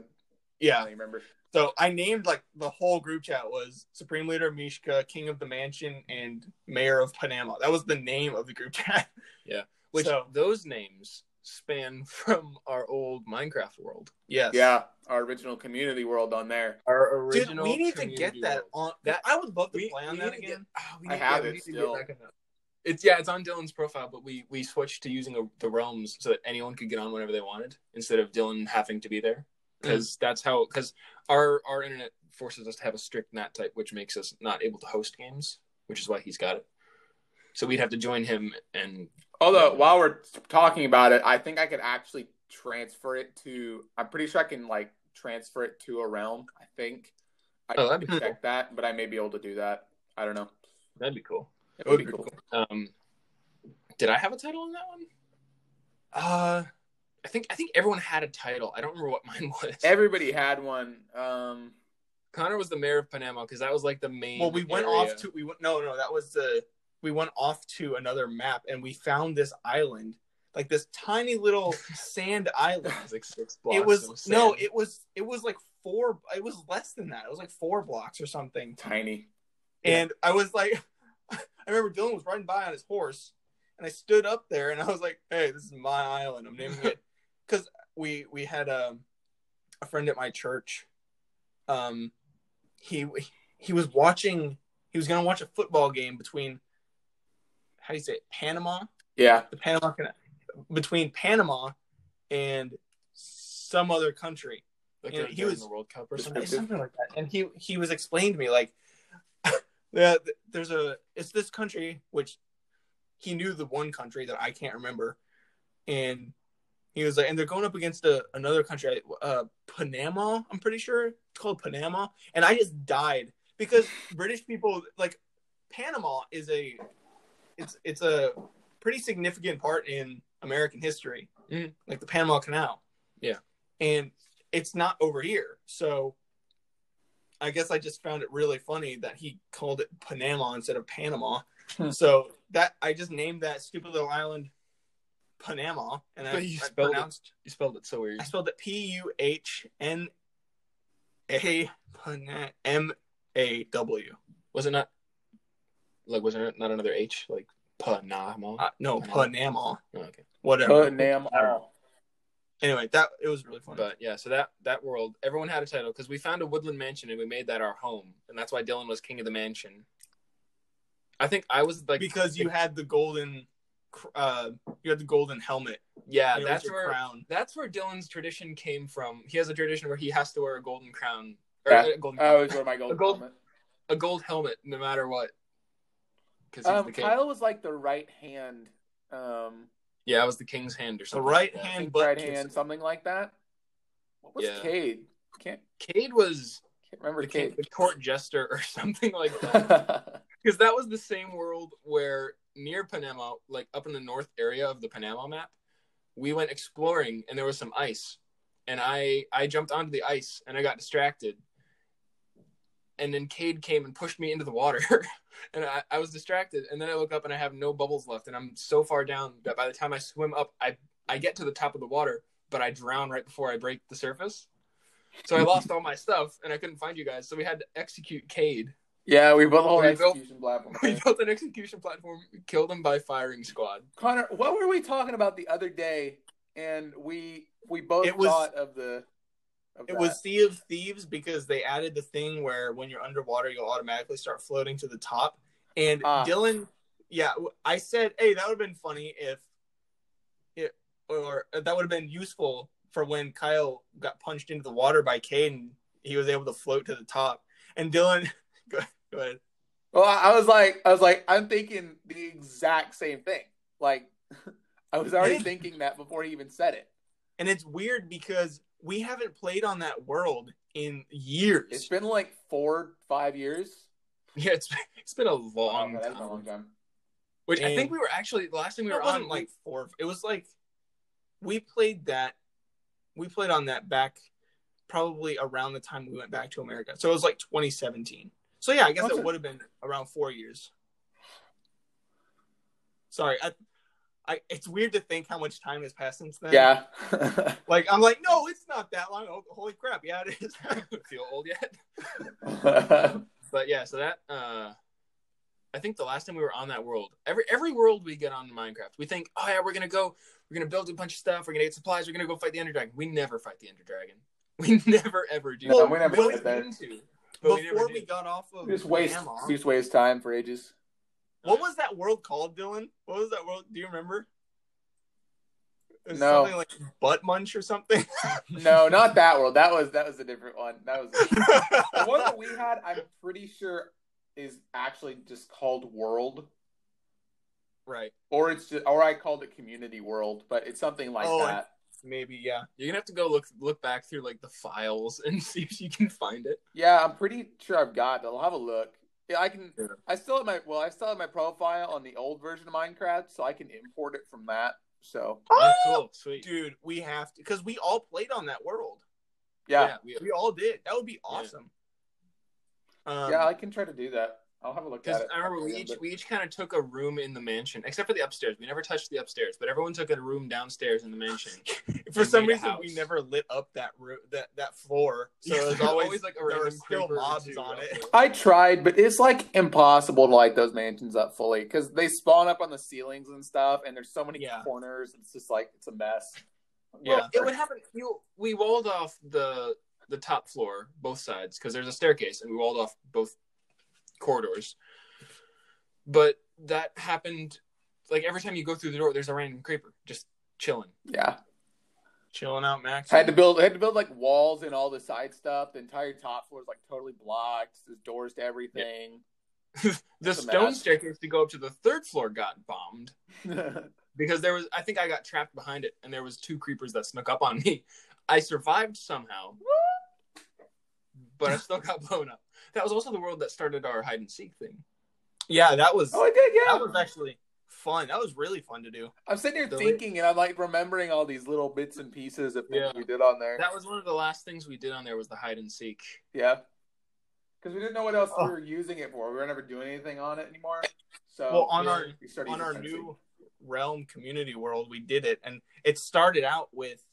Yeah, don't remember. So I named like the whole group chat was Supreme Leader Mishka, King of the Mansion, and Mayor of Panama. That was the name of the group chat. (laughs) Yeah. Which so, those names span (laughs) from our old Minecraft world. yes. Yeah, our original community world on there. Our Dude, we need to get community that world. on. That- I would love to We, play on we need that to again. Get, oh, we I need- have we it need to still. Get back on that. It's yeah, it's on Dylan's profile, but we we switched to using a, the realms so that anyone could get on whenever they wanted instead of Dylan having to be there Mm. because that's how because our our internet forces us to have a strict NAT type, which makes us not able to host games, which is why he's got it. so we'd have to join him and Although while we're talking about it, I think I could actually transfer it to. I'm pretty sure I can like transfer it to a realm. I think. I Oh, can that'd be check that, but I may be able to do that. I don't know. that'd be cool. It That would would be be cool. Um, did I have a title on that one? Uh, I think I think everyone had a title. I don't remember what mine (laughs) was. Everybody had one. Um, Connor was the mayor of Panama because that was like the main. well, we went area. off to we went no no that was the we went off to another map and we found this island like this tiny (laughs) little sand island. It was like six blocks. it was of no, sand. it was it was like four. It was less than that. It was like four blocks or something. tiny. And I was like, (laughs) I remember Dylan was riding by on his horse, and I stood up there and I was like, "Hey, this is my island. I'm naming it." Because we we had um, a friend at my church. Um, he he was watching. He was gonna watch a football game between. How do you say it? Panama? Yeah. The Panama Canal- between Panama and some other country like uh, and during he was- the World Cup or Just- something. something, something like that. And he he was explaining to me like (laughs) that there's a it's this country which he knew the one country that I can't remember, and he was like, and they're going up against a, another country, uh, Panama. I'm pretty sure it's called Panama, and I just died because British people like Panama is a it's it's a pretty significant part in American history, Mhm. like the Panama Canal. Yeah. and it's not over here. So I guess I just found it really funny that he called it Panama instead of Panama. Hmm. so that I just named that stupid little island Panama, and I, But you I spelled it- pronounced You spelled it so weird. I spelled it P U H N A Pana- M A W. Was it not? Like, was there not another H? Like Panama. Uh, no, Panama. Oh, okay. Whatever. Panama. Anyway, that it was really funny. But yeah, so that that world, everyone had a title because we found a woodland mansion and we made that our home, and that's why Dylan was king of the mansion. I think I was like, because you had the golden, cr- uh, you had the golden helmet. yeah, and it was that's your where crown. that's where Dylan's tradition came from. He has a tradition where he has to wear a golden crown or Yeah. a, golden, I always wear my A gold. gold- helmet. a gold helmet no matter what. Because he's Um, the king. Kyle was like the right hand. Um, Yeah, I was the king's hand or The something. right like that. hand butt right kiss. hand, something like that. What was Yeah. Cade? Can't Cade was can't remember the, king, Cade. the court jester or (laughs) something like that. because that was the same world where near Panama, like up in the north area of the Panama map, we went exploring and there was some ice, and I I jumped onto the ice and I got distracted, and then Cade came and pushed me into the water, (laughs) and I, I was distracted, and then I look up and I have no bubbles left, and I'm so far down that by the time I swim up, I I get to the top of the water, but I drown right before I break the surface. So I lost all my stuff and I couldn't find you guys. So we had to execute Cade (laughs) yeah, we built a whole We built- execution platform. (laughs) we built an execution platform, killed him by firing squad. (laughs) Connor, what were we talking about the other day? And we we both It was- thought of the. Of It that. was Sea of Thieves because they added the thing where when you're underwater, you'll automatically start floating to the top. And Ah. Dylan, yeah, w- I said, hey, that would have been funny if it, or uh, that would have been useful for when Kyle got punched into the water by Cade and he was able to float to the top. And Dylan, (laughs) go, go ahead. Well, I I was like, I was like, I'm thinking the exact same thing. Like, (laughs) I was already Yeah. thinking that before he even said it. And it's weird because we haven't played on that world in years. It's been like four, five years. Yeah, it's it's been a Wow, long Oh, that's time. been a long time. Which I And- think we were actually the last time we That were wasn't on like four. It was like we played that. We played on that back probably around the time we went back to America. So it was like 2017. So yeah, I guess Wasn't- it would have been around four years. Sorry, I, I. It's weird to think how much time has passed since then. Yeah. Like I'm like, no, it's not that long. Oh, holy crap! Yeah, it is. (laughs) (laughs) like feel old yet. (laughs) But yeah, so that uh I think the last time we were on that world, every every world we get on in Minecraft, we think, oh yeah, we're gonna go, we're gonna build a bunch of stuff, we're gonna get supplies, we're gonna go fight the Ender Dragon. We never fight the Ender Dragon. (laughs) We never ever do. No, that. we never always did that. mean to, but we never Before do. we, got off of just waste, Panama, just waste time for (laughs) ages. What was that world called, Dylan? What was that world? Do you remember? It was No. Something like butt munch or something. No, not that world. That was that was a different one. That was the one that we had. I'm pretty sure is actually just called World. Right. or it's just, or I called it Community World, but it's something like Oh, I- that. (laughs) Maybe, yeah. You're gonna have to go look look back through like the files (laughs) and see if you can find it. Yeah, I'm pretty sure I've got. it. I'll have a look. Yeah, I can. Yeah. I still have my well. I still have my profile on the old version of Minecraft, so I can import it from that. So Oh, cool, sweet. Dude, we have to, because we all played on that world. yeah, we- We all did. That would be awesome. yeah, Um, I can try to do that. I'll have a look at Because it. I remember we each we each kind of took a room in the mansion, except for the upstairs. We never touched the upstairs, but everyone took a room downstairs in the mansion. for some made a reason, we house. never lit up that room, that that floor. (laughs) So Yeah, (laughs) there's there's always, always, like, a there were random still creeper or mobs two on out it. there. (laughs) I tried, but it's like impossible to light those mansions up fully because they spawn up on the ceilings and stuff, and there's so many Yeah. corners. It's just like it's a mess. Well, it would happen. You, we walled off the the top floor, both sides, because there's a staircase, and we walled off both corridors. But that happened, like every time you go through the door, there's a random creeper just chilling. yeah. Chilling out, Max. I had to build. I had to build like walls and all the side stuff. The entire top floor is like totally blocked. There's doors to everything. The That's a stone mess. staircase to go up to the third floor got bombed because there was. I think I got trapped behind it, and there was two creepers that snuck up on me. I survived somehow, but I still got blown up. That was also the world that started our hide and seek thing. yeah, that was (laughs) oh, I did. that Yeah, was actually fun. That was really fun to do. I'm sitting here the- thinking, and I'm like remembering all these little bits and pieces of things Yeah. we did on there. That was one of the last things we did on there was the hide and seek. yeah, because we didn't know what else Oh. we were using it for. We were never doing anything on it anymore. So Well, on yeah. our we started on using our Pepsi. new realm community world we did it and it started out with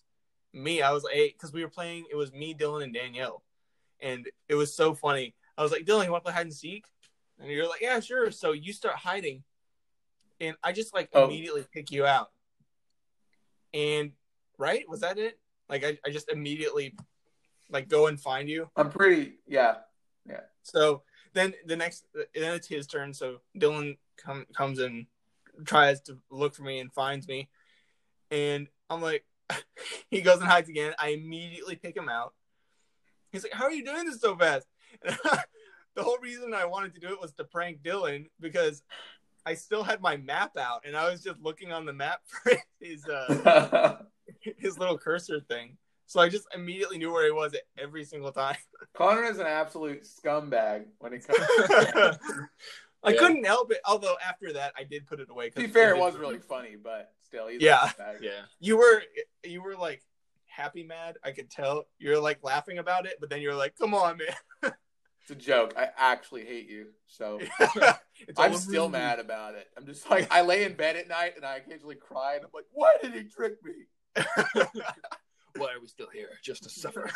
me i was like because we were playing it was me dylan and danielle and it was so funny i was like dylan you want to play hide and seek and you're like yeah sure so you start hiding and i just like Oh. immediately pick you out and right was that it like I, I just immediately like go and find you I'm pretty. Yeah, (laughs) so then the next, then it's his turn. So Dylan come, comes and tries to look for me and finds me, and I'm like, (laughs) he goes and hides again. I immediately pick him out. He's like, "How are you doing this so fast?" (laughs) And the whole reason I wanted to do it was to prank Dylan because I still had my map out and I was just looking on the map (laughs) for his uh, his little cursor thing. So I just immediately knew where he was at every single time. Connor is an absolute scumbag when it comes. (laughs) I Yeah. couldn't help it. Although after that, I did put it away. to 'cause be fair, it did- was really funny, but still, he's Yeah. a scumbag. Yeah. You were you were like happy mad. I could tell you're like laughing about it, but then you're like, "Come on, (laughs) man!" It's a joke. I actually hate you. So It's all I'm over still you. mad about it. I'm just like I lay in bed at night and I occasionally cry and I'm like, why did he trick me? Why are we still here? Just to suffer.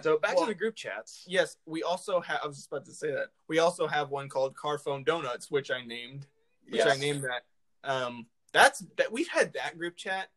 So (laughs) back Well- to the group chats. Yes, we also have. I was just about to say that we also have one called Carphone Donuts, which I named. Which I Yes. named that. Um, that's that we've had that group chat.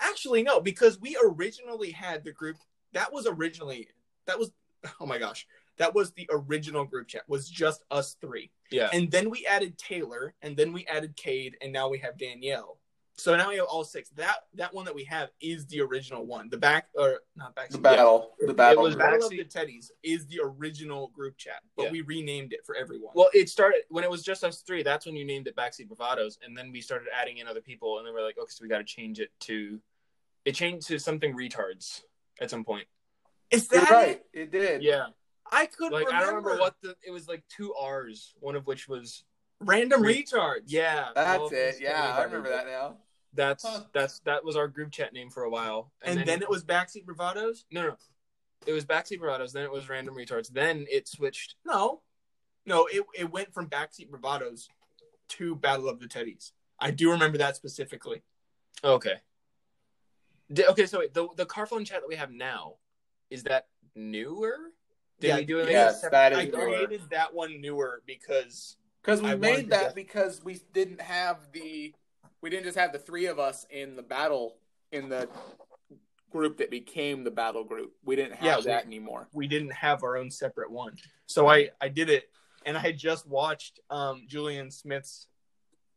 Actually, no, because we originally had the group that was originally that was oh my gosh that was the original group chat was just us three Yeah. and then we added Taylor, and then we added Cade, and now we have Danielle. So now we have all six. That that one that we have is the original one. The back or not back. the battle. The battle. was Battle of Backseat. the Teddies is the original group chat, but Yeah. we renamed it for everyone. Well, it started when it was just us three. That's when you named it Backseat Bravados, and then we started adding in other people, and then we're like, okay, so we got to change it to. It changed to something retards at some point. is You're that right. it? It did. Yeah, I could like remember. I don't remember what the it was like two R's, one of which was random Re- retards. yeah. That's Well, it. Yeah, I but remember that now. That's Huh. that's that was our group chat name for a while, and then, it was backseat bravados. no no, it was Backseat Bravados. Then it was Random Retards. Then it switched. No, no, it it went from backseat bravados to Battle of the Teddies. I do remember that specifically. Okay. Di- okay, so wait, the the Carphone chat that we have now is that newer? Did Yeah, we do it? Yes, that I is newer. created that one newer because Because we I wanted made to that get- because we didn't have the we didn't just have the three of us in the battle in the group that became the battle group. We didn't have Yeah, we- that anymore. we didn't have our own separate one. So I I did it, and I had just watched um, Julian Smith's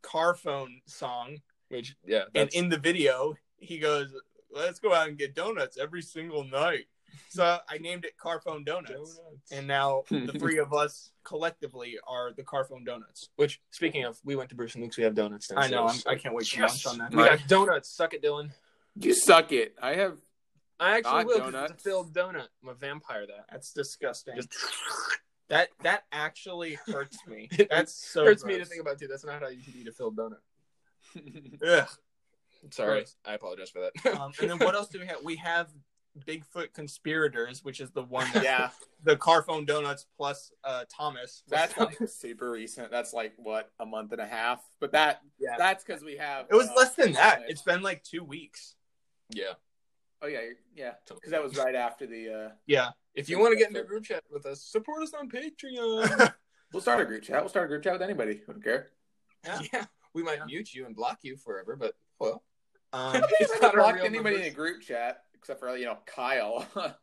car phone song, Which yeah, and in the video he goes, "Let's go out and get donuts every single night." So I named it Carphone Donuts. And now (laughs) the three of us collectively are the Carphone Donuts. Which, speaking of, we went to Bruce and Luke's. We have donuts. I know. I'm, downstairs. I can't wait to Yes. launch on that. we got donuts. Suck it, Dylan. You suck it. I have. I actually Not will. 'cause It's donuts. a filled donut. I'm a vampire. That That's disgusting. just that that actually hurts (laughs) me. It That's (laughs) so hurts me to gross. think about. Dude, that's not how you should eat a filled donut. Ugh. Sorry, Gross. I apologize for that. Um, and then what else do we have? We have Bigfoot conspirators, which is the (laughs) one that (laughs) Yeah, the Carphone Donuts plus uh, Thomas. that's like super recent. That's like what a month and a half. But that Yeah. that's because we have. it was uh, less than that. It's It's been like two weeks. (laughs) yeah. oh yeah, yeah. Because that was right after the. uh Yeah. (laughs) If you want to get into a group chat with us, support us on Um, (laughs) Patreon. (laughs) We'll start a group chat. We'll start a group chat with anybody. I don't care. Yeah. yeah. we might Yeah. mute you and block you forever, but (laughs) well, Um, It's I not not a block real anybody in number. a group chat except for you know Kyle. (laughs)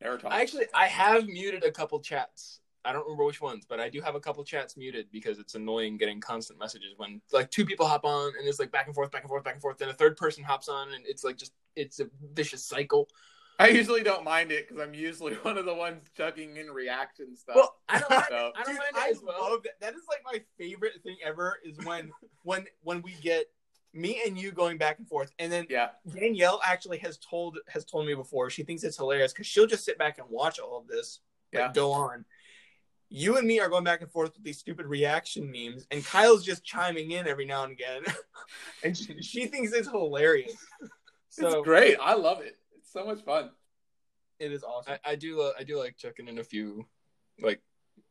Never talk. I actually I have muted a couple chats. I don't remember which ones, but I do have a couple chats muted because it's annoying getting constant messages when like two people hop on and it's like back and forth, back and forth, back and forth. Then a third person hops on and it's like just it's a vicious cycle. I usually don't mind it because I'm usually (laughs) one of the ones chucking in reaction stuff. (laughs) Well, I don't mind it. So- I don't Dude, mind I it as well. love that. That is like my favorite thing ever. Is (laughs) when when when we get me and you going back and forth, and then yeah, Danielle actually has told has told me before. She thinks it's hilarious because she'll just sit back and watch all of this. Like, Yeah. go on. You and me are going back and forth with these stupid reaction memes, and Kyle's just chiming in every now and again, (laughs) and she, she thinks (laughs) it's hilarious. So it's great. I love it. It's so much fun. it is awesome. I, I do lo- I do like chucking in a few like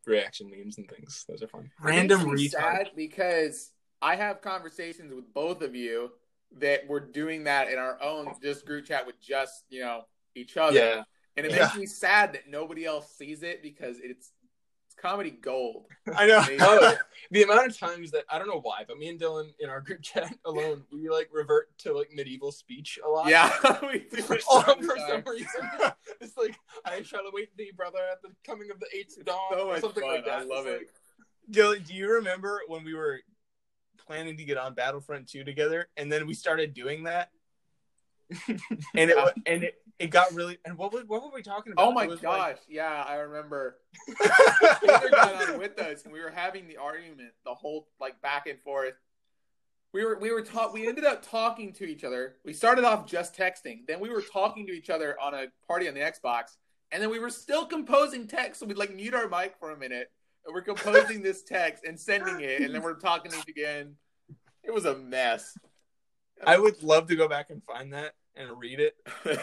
reaction memes and things. Those are fun. Random It makes me retard. sad because I have conversations with both of you that we're doing that in our own just group chat with just you know each other, Yeah. and it Yeah. makes me sad that nobody else sees it because it's it's comedy gold. I know. (laughs) oh, the amount of times that I don't know why, but me and Dylan in our group (laughs) chat alone, we like revert to like medieval speech a lot. (laughs) yeah, (laughs) we do it Oh, all the for time. some reason, (laughs) it's like I shall await thee, brother, at the coming of the eighth dawn, so or much something fun. like that. I love It's it. Dylan, do you remember when we were planning to get on Battlefront 2 together and then we started doing that? and it wa- and it, it got really and what was what were we talking about? Oh my It was gosh, like- yeah, I (laughs) remember. (laughs) Taylor got on with us, and we were having the argument the whole like back and forth. We were we were ta- we ended up talking to each other. We started off just texting, then we were talking to each other on a party on the Xbox, and then we were still composing text. So we'd like mute our mic for a minute, and we're composing this text and sending it, and then we're talking to it again. It was a mess. (laughs) I would love to go back and find that and read it. I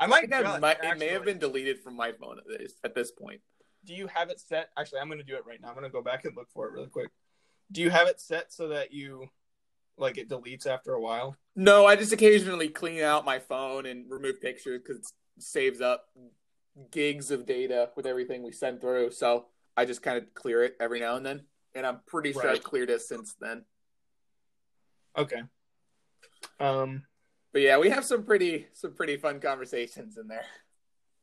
I might think I judge, might- it may actually. have been deleted from my phone at this at this point. Do you have it set? Actually, I'm going to do it right now. I'm going to go back and look for it really quick. Do you have it set so that you like it deletes after a while? No, I just occasionally clean out my phone and remove pictures because it saves up gigs of data with everything we send through. So I just kind of clear it every now and then. And I'm pretty sure I've Right. cleared it since then. Okay. Um But yeah, we have some pretty some pretty fun conversations in there.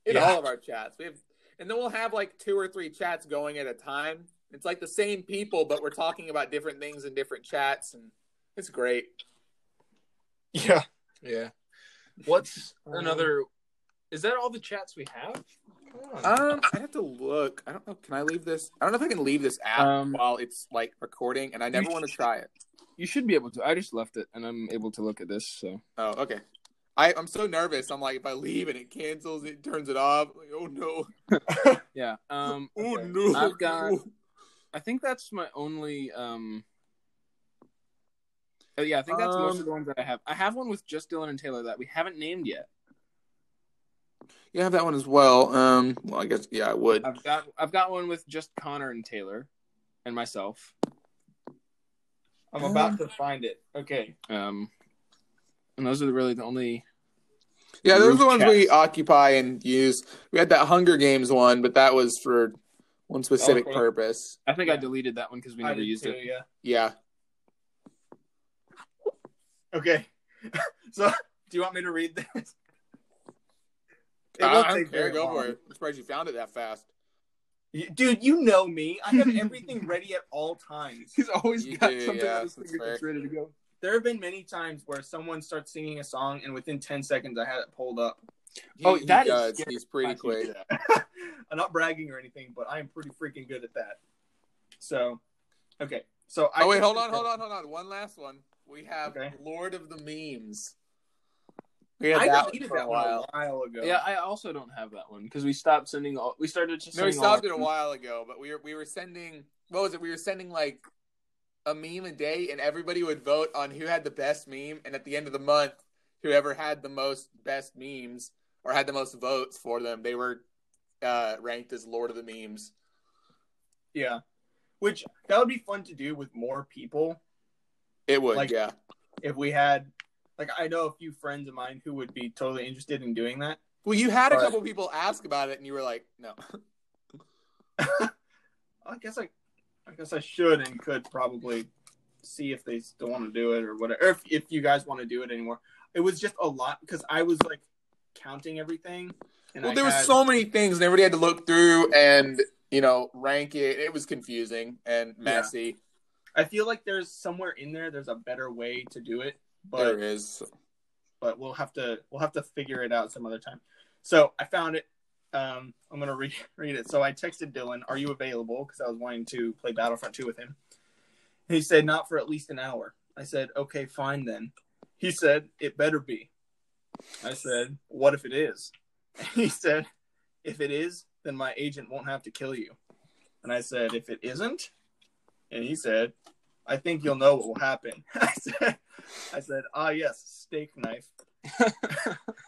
In Yeah. all of our chats. We have and then we'll have like two or three chats going at a time. It's like the same people, but we're talking about different things in different chats and it's great. yeah. (laughs) Yeah. What's Um, another? Is that all the chats we have? Uh, Hold on. Um, I have to look. I don't know. Can I leave this? I don't know if I can leave this app Um, while it's like recording, and I never want to try it. you should be able to. I just left it, and I'm able to look at this. So Oh, okay. I I'm so nervous. I'm like, if I leave and it cancels, it turns it off. Like, oh no. yeah. Um. Oh okay. no. I've got- I think that's my only. Um. oh, yeah, I think that's most Um, of the ones that I have. I have one with just Dylan and Taylor that we haven't named yet. You have that one as well. Um. Well, I guess yeah, I would. I've got I've got one with just Connor and Taylor, and myself. I'm about to find it. Okay. Um, and those are really the only. Yeah, those are the Group ones we chats. occupy and use. We had that Hunger Games one, but that was for one specific for- purpose. I think I Yeah. deleted that one because we I never did used too, it. Yeah. Yeah. Okay. (laughs) so, do you want me to read this? It I won't don't take care. very Uh, Go long. for it. I'm surprised you found it that fast. You- Dude, you know me. I have everything ready at all (laughs) times. He's always You got do, something yeah, on his that's fingertips ready to go. There have been many times where someone starts singing a song, and within 10 seconds, I had it pulled up. (laughs) Oh, he that is does. scary. He's pretty quick. I'm not bragging or anything, but I am pretty freaking good at that. So, okay. So I Oh wait, hold on, hold on, hold on. One last one. We have Okay. Lord of the Memes. We had I that one deleted for a that one while. a while ago. Yeah, I also don't have that one because we stopped sending all. We started just. No, we sending all- stopped it a while ago, but we were we were sending what was it? We were sending like a meme a day, and everybody would vote on who had the best meme, and at the end of the month, whoever had the most best memes or had the most votes for them, they were uh, ranked as Lord of the Memes. Yeah. Which that would be fun to do with more people It would, Like- yeah. if we had like I know a few friends of mine who would be totally interested in doing that. Well, you had a Right. couple people ask about it, and you were like, "No, I guess I I guess I should and could probably see if they still want to do it or whatever. Or if if you guys want to do it anymore. It was just a lot because I was like counting everything. And well, I there were had- so many things, and everybody had to look through and you know rank it. It was confusing and messy. I feel like there's somewhere in there there's a better way to do it, but there is but we'll have to we'll have to figure it out some other time. So I found it. Um, I'm gonna read (laughs) read it. So I texted Dylan, "Are you available?" Because I was wanting to play Battlefront 2 with him. And he said, "Not for at least an hour." I said, "Okay, fine then." He said, "It better be." I said, "What if it is?" (laughs) he said, "If it is, then my agent won't have to kill you." And I said, "If it isn't," and he said, "I think you'll know what will happen." (laughs) I said, "I said, ah, yes, steak knife."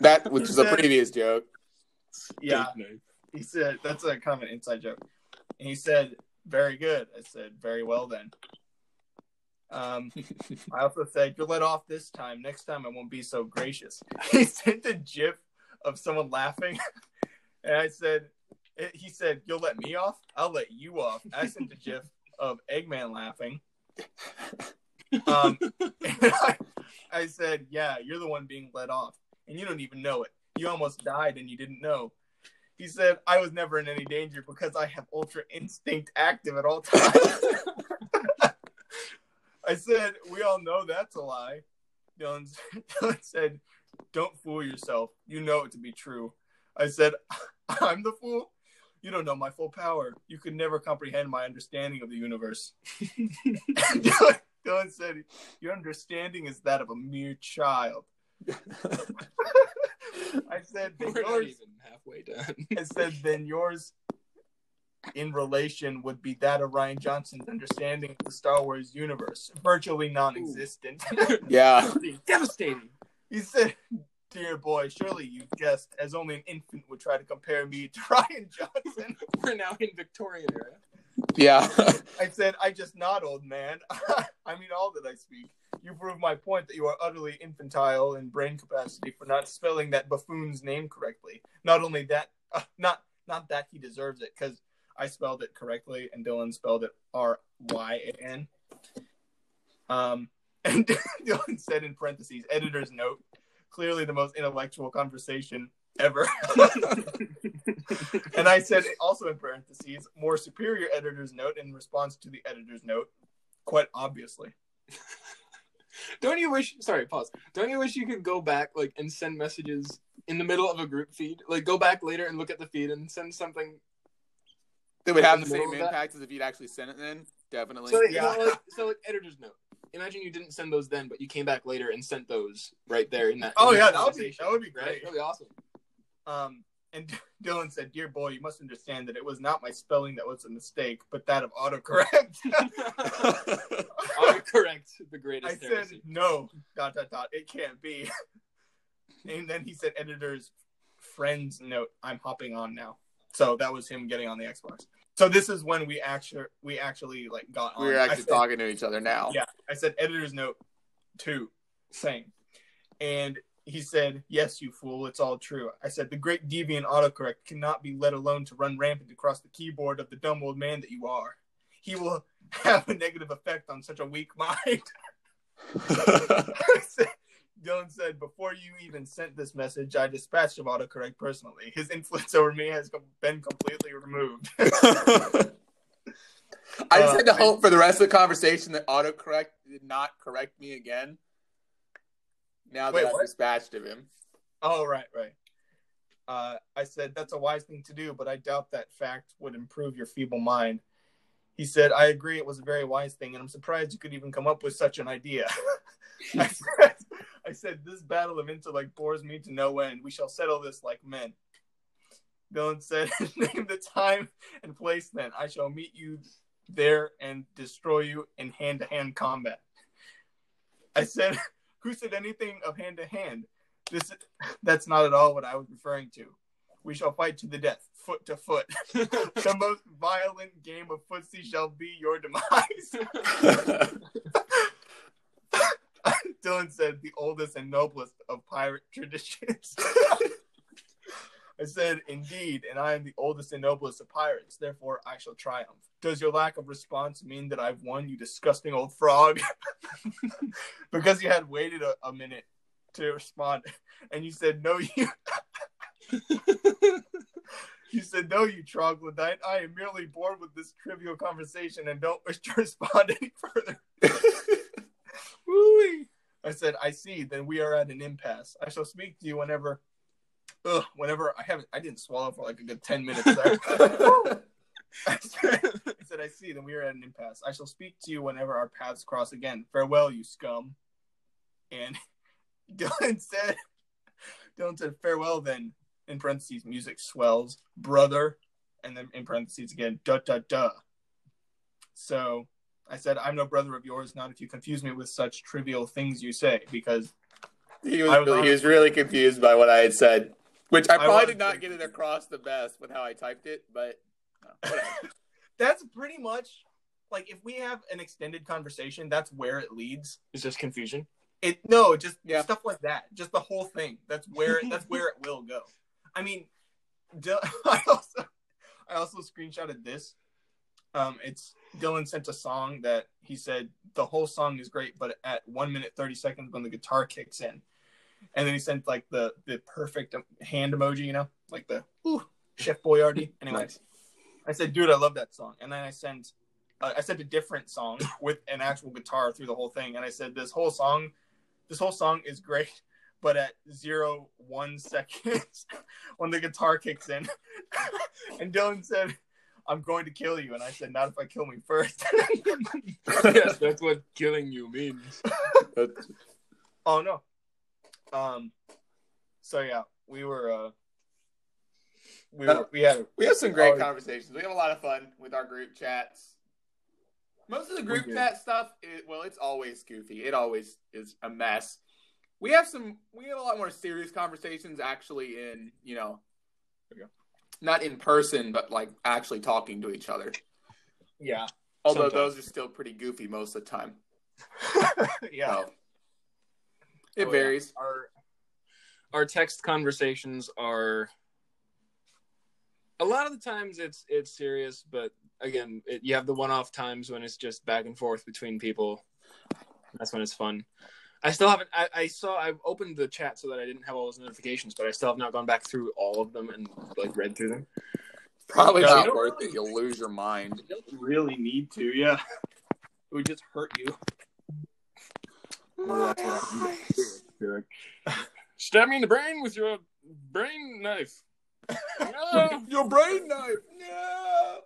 that, which (laughs) is a Said- previous joke. Yeah, (laughs) he said that's a kind of an inside joke. And he said, "Very good." I said, "Very well then." Um, I also said, "You're let off this time. Next time, I won't be so gracious." He sent a gif of someone laughing, (laughs) and I said, it- "He said you'll let me off. I'll let you off." I sent a gif of Eggman laughing. Um, (laughs) and I, I said, "Yeah, you're the one being let off, and you don't even know it. You almost died, and you didn't know." He said, "I was never in any danger because I have Ultra Instinct active at (laughs) all times." I said, "We all know that's a lie." Dylan, (laughs) Dylan said, "Don't fool yourself. You know it to be true." I said, (laughs) "I'm the fool. You don't know my full power. You could never comprehend my understanding of the universe." (laughs) Dylan, Dylan said, your understanding is that of a mere (laughs) child. (laughs) I said, then We're not yours, even halfway done. I said, then yours in relation would be that of Ryan Johnson's understanding of the Star Wars universe, virtually non existent. yeah, (laughs) Devastating. (laughs) he said, Dear boy, surely you jest, as only an infant would try to compare me to (laughs) Ryan Johnson. We're now in Victorian era. yeah. (laughs) I said, I just nod, old man. (laughs) I mean, all that I speak. You prove my point that you are utterly infantile in brain capacity for not spelling that buffoon's name correctly. Not only that, uh, not not that he deserves it because I spelled it correctly and Dylan spelled it R Y A N. Um, (laughs) and Dylan said in parentheses, editor's note, clearly the most intellectual conversation ever. (laughs) and I said also in parentheses, more superior editor's note in response to the editor's note, quite obviously. Don't you wish? Sorry, pause. Don't you wish you could go back like and send messages in the middle of a group feed? Like go back later and look at the feed and send something. It would have In the the same middle of that? impact as if you'd actually sent it then. Definitely. So like, Yeah. you know, like, so like editor's note. Imagine you didn't send those then, but you came back later and sent those right there in that. Oh, in yeah, that would be- that would be conversation, right? great. That'd be awesome. Um, and (laughs) Dylan said, "Dear boy, you must understand that it was not my spelling that was a mistake, but that of autocorrect." (laughs) Autocorrect, the I greatest said, heresy. "No, dot dot dot. It can't be." (laughs) and then he said, "Editor's friend's note. I'm hopping on now." So that was him getting on the Xbox. So this is when we actually we actually like got on. (laughs) we um, were I actually said- talking to each other now. (laughs) Yeah, I said editor's note two, same. And he said, Yes, you fool, it's all true. I said, The great deviant autocorrect cannot be let alone to run rampant across the keyboard of the dumb old man that you are. He will have a negative effect on such a weak (laughs) mind. Dylan said, Before you even sent this message, I dispatched of autocorrect personally. His influence over me has com- been completely removed. I just had to Uh, I- hope for the rest of the conversation that autocorrect did not correct me again. Now that Wait, I've what? dispatched of him. Oh, right, right. Uh, I said, That's a wise thing to do, but I doubt that fact would improve your feeble mind. He said, I agree, it was a very wise thing, and I'm surprised you could even come up with such an idea. (laughs) I, said, (laughs) I said, This battle of intellect bores me to no end. We shall settle this like men. Dylan said, (laughs) Name the time and place then. I shall meet you there and destroy you in hand to hand combat. I said, (laughs) Who said anything of hand to hand? This that's not at all what I was referring to. We shall fight to the death, foot to foot. (laughs) (laughs) the most violent game of footsie shall be your (laughs) demise. Dylan said, the oldest and noblest of pirate (laughs) traditions. I said, Indeed, and I am the oldest and noblest of pirates, therefore I shall triumph. Does your lack of response mean that I've won, you disgusting old frog? (laughs) because you had waited a, a minute to respond, and you said, No, you. (laughs) you said, No, you troglodyte. I am merely bored with this trivial conversation and don't wish to (laughs) respond any further. (laughs) Woo-wee. I said, I see, then we are at an impasse. I shall speak to you whenever ugh, whenever I haven't, I didn't swallow for like a good 10 minutes there. I said, I said, I see, then we are at an impasse. I shall speak to you whenever our paths cross again. Farewell, you scum. And (laughs) Dylan said, Dylan said, farewell then, in parentheses, music swells, brother, and then in parentheses again, da da da. So I said, I'm no brother of yours, not if you confuse me with such trivial things you say, because He I was, was really, he was really confused by what I had said, which I I probably was did not really get it across the best with how I typed it, (laughs) but no, whatever. that's pretty much like if we have an extended conversation, that's where it leads. (laughs) It's just confusion. It no, just Yeah. stuff like that. Just the whole thing. That's where that's where it will go. I mean, Dil- (laughs) I also I also screenshotted this. Um, it's Dylan sent a song that he said the whole song is great, but at one minute thirty seconds when the guitar kicks in, and then he sent like the the perfect hand emoji, you know, like the ooh, Chef Boyardee. Anyway, Nice. I said, dude, I love that song. And then I sent, uh, I sent a different song with an actual guitar through the whole thing. And I said, this whole song, this whole song is great, (laughs) but at zero one seconds (laughs) when the guitar kicks in, (laughs) and Dylan said, I'm going to kill you. And I said, not if I kill me first. (laughs) yes, that's what killing you means. That's- oh no. Um. So yeah, we were. uh we, were, we had we have some great Oh. conversations. We have a lot of fun with our group chats. Most of the group We do. chat stuff, it, well, it's always goofy. It always is a mess. We have some, we have a lot more serious conversations actually in, you know, There we not in person, but like actually talking to each other. yeah Although Sometimes. those are still pretty goofy most of the time. yeah So, it Oh, yeah. varies. our Our text conversations are a lot of the times it's it's serious, but again, it, you have the one-off times when it's just back and forth between people. That's when it's fun. I still haven't. I, I saw. I've opened the chat so that I didn't have all those notifications, but I still have not gone back through all of them and like read through them. Probably Yeah, not you don't worth really- it. You'll lose your mind. don't really need to, yeah. It would just hurt you. Stab me in the brain with your brain (laughs) knife. No. Your brain knife. No.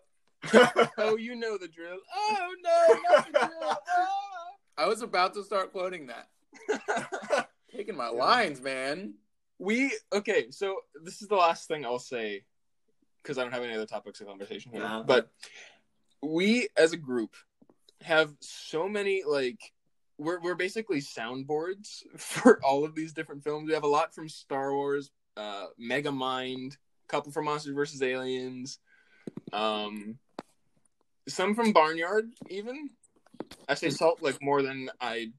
oh, you know the drill. Oh no, not the (laughs) drill. Ah. I was about to start quoting that. (laughs) Taking my lines, man. (laughs) We okay, so this is the last thing I'll say because I don't have any other topics of conversation here. Uh-huh. But we as a group have so many like we're we're basically soundboards (laughs) for all of these different films. We have a lot from Star Wars, uh Mega Mind, couple from Monsters vs. Aliens, um some from Barnyard even. I say salt like more than I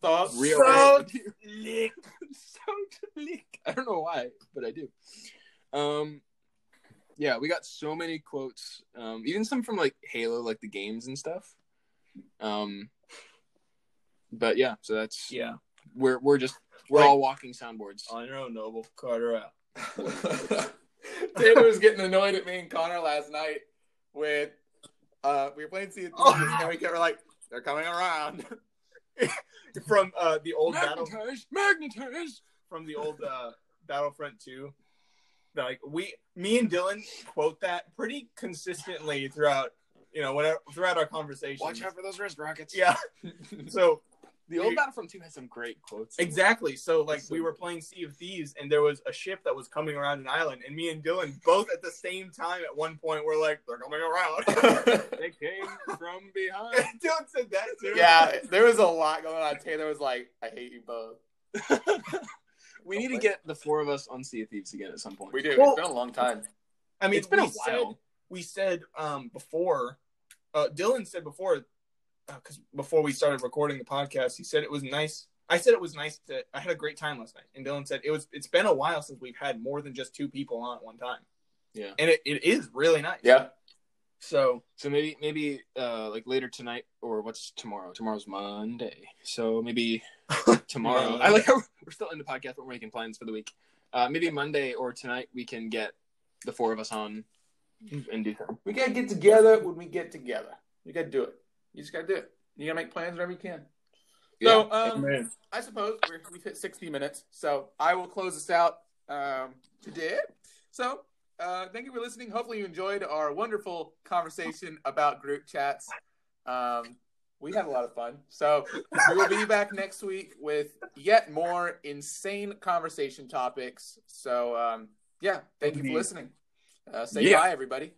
Thoughts? real Salt lick. Salt lick. I don't know why, but I do. Um, yeah, we got so many quotes, um, even some from like Halo, like the games and stuff. Um, but yeah, so that's Yeah. we're we're just we're Like- uh, all walking soundboards. On your own, Noble. Carter out. Taylor was getting annoyed at me and Connor last night with uh we were playing Sea of Thieves (laughs) and we kept like, they're coming (laughs) around. From uh, the old battle magnetize, magnetize. from the old uh, Battlefront 2. like we me and Dylan quote that pretty consistently throughout you know whatever throughout our conversation. Watch out for those wrist rockets. (laughs) Yeah. so The old Battlefront 2 has some great quotes. Exactly. So like we were playing Sea of Thieves and there was a ship that was coming around an island and me and Dylan both at the same time at one point were like, They're coming around. (laughs) They came (laughs) from behind. Dylan said that too. yeah, there was a lot going on. Taylor was like, "I hate you both." We need to get the four of us on Sea of Thieves again at some point. We do. Well- it's been a long time. I mean it's been a we said- while. we said um before uh Dylan said before because before we started recording the podcast, he said it was nice. I said it was nice to. I had a great time last night, and Dylan said it was. It's been a while since we've had more than just two people on at one time. Yeah. and it, it is really nice. Yeah. So So maybe maybe uh like later tonight or what's tomorrow? Tomorrow's Monday. So maybe tomorrow. I like how (laughs) we're still in the podcast but we're making plans for the week. Uh maybe Monday or tonight we can get the four of us on and do something. We gotta get together when we get together. You gotta do it. You just gotta do it. You gotta make plans whenever you can. So, um, Amen. I suppose we're, we've hit 60 minutes, so I will close this out um, today. So, uh, thank you for listening. Hopefully, you enjoyed our wonderful conversation about group chats. Um, we had a lot of fun. So, we will be back next week with yet more insane conversation topics. So, um, yeah, thank you for Indeed. listening. Uh, say Yeah. bye, everybody.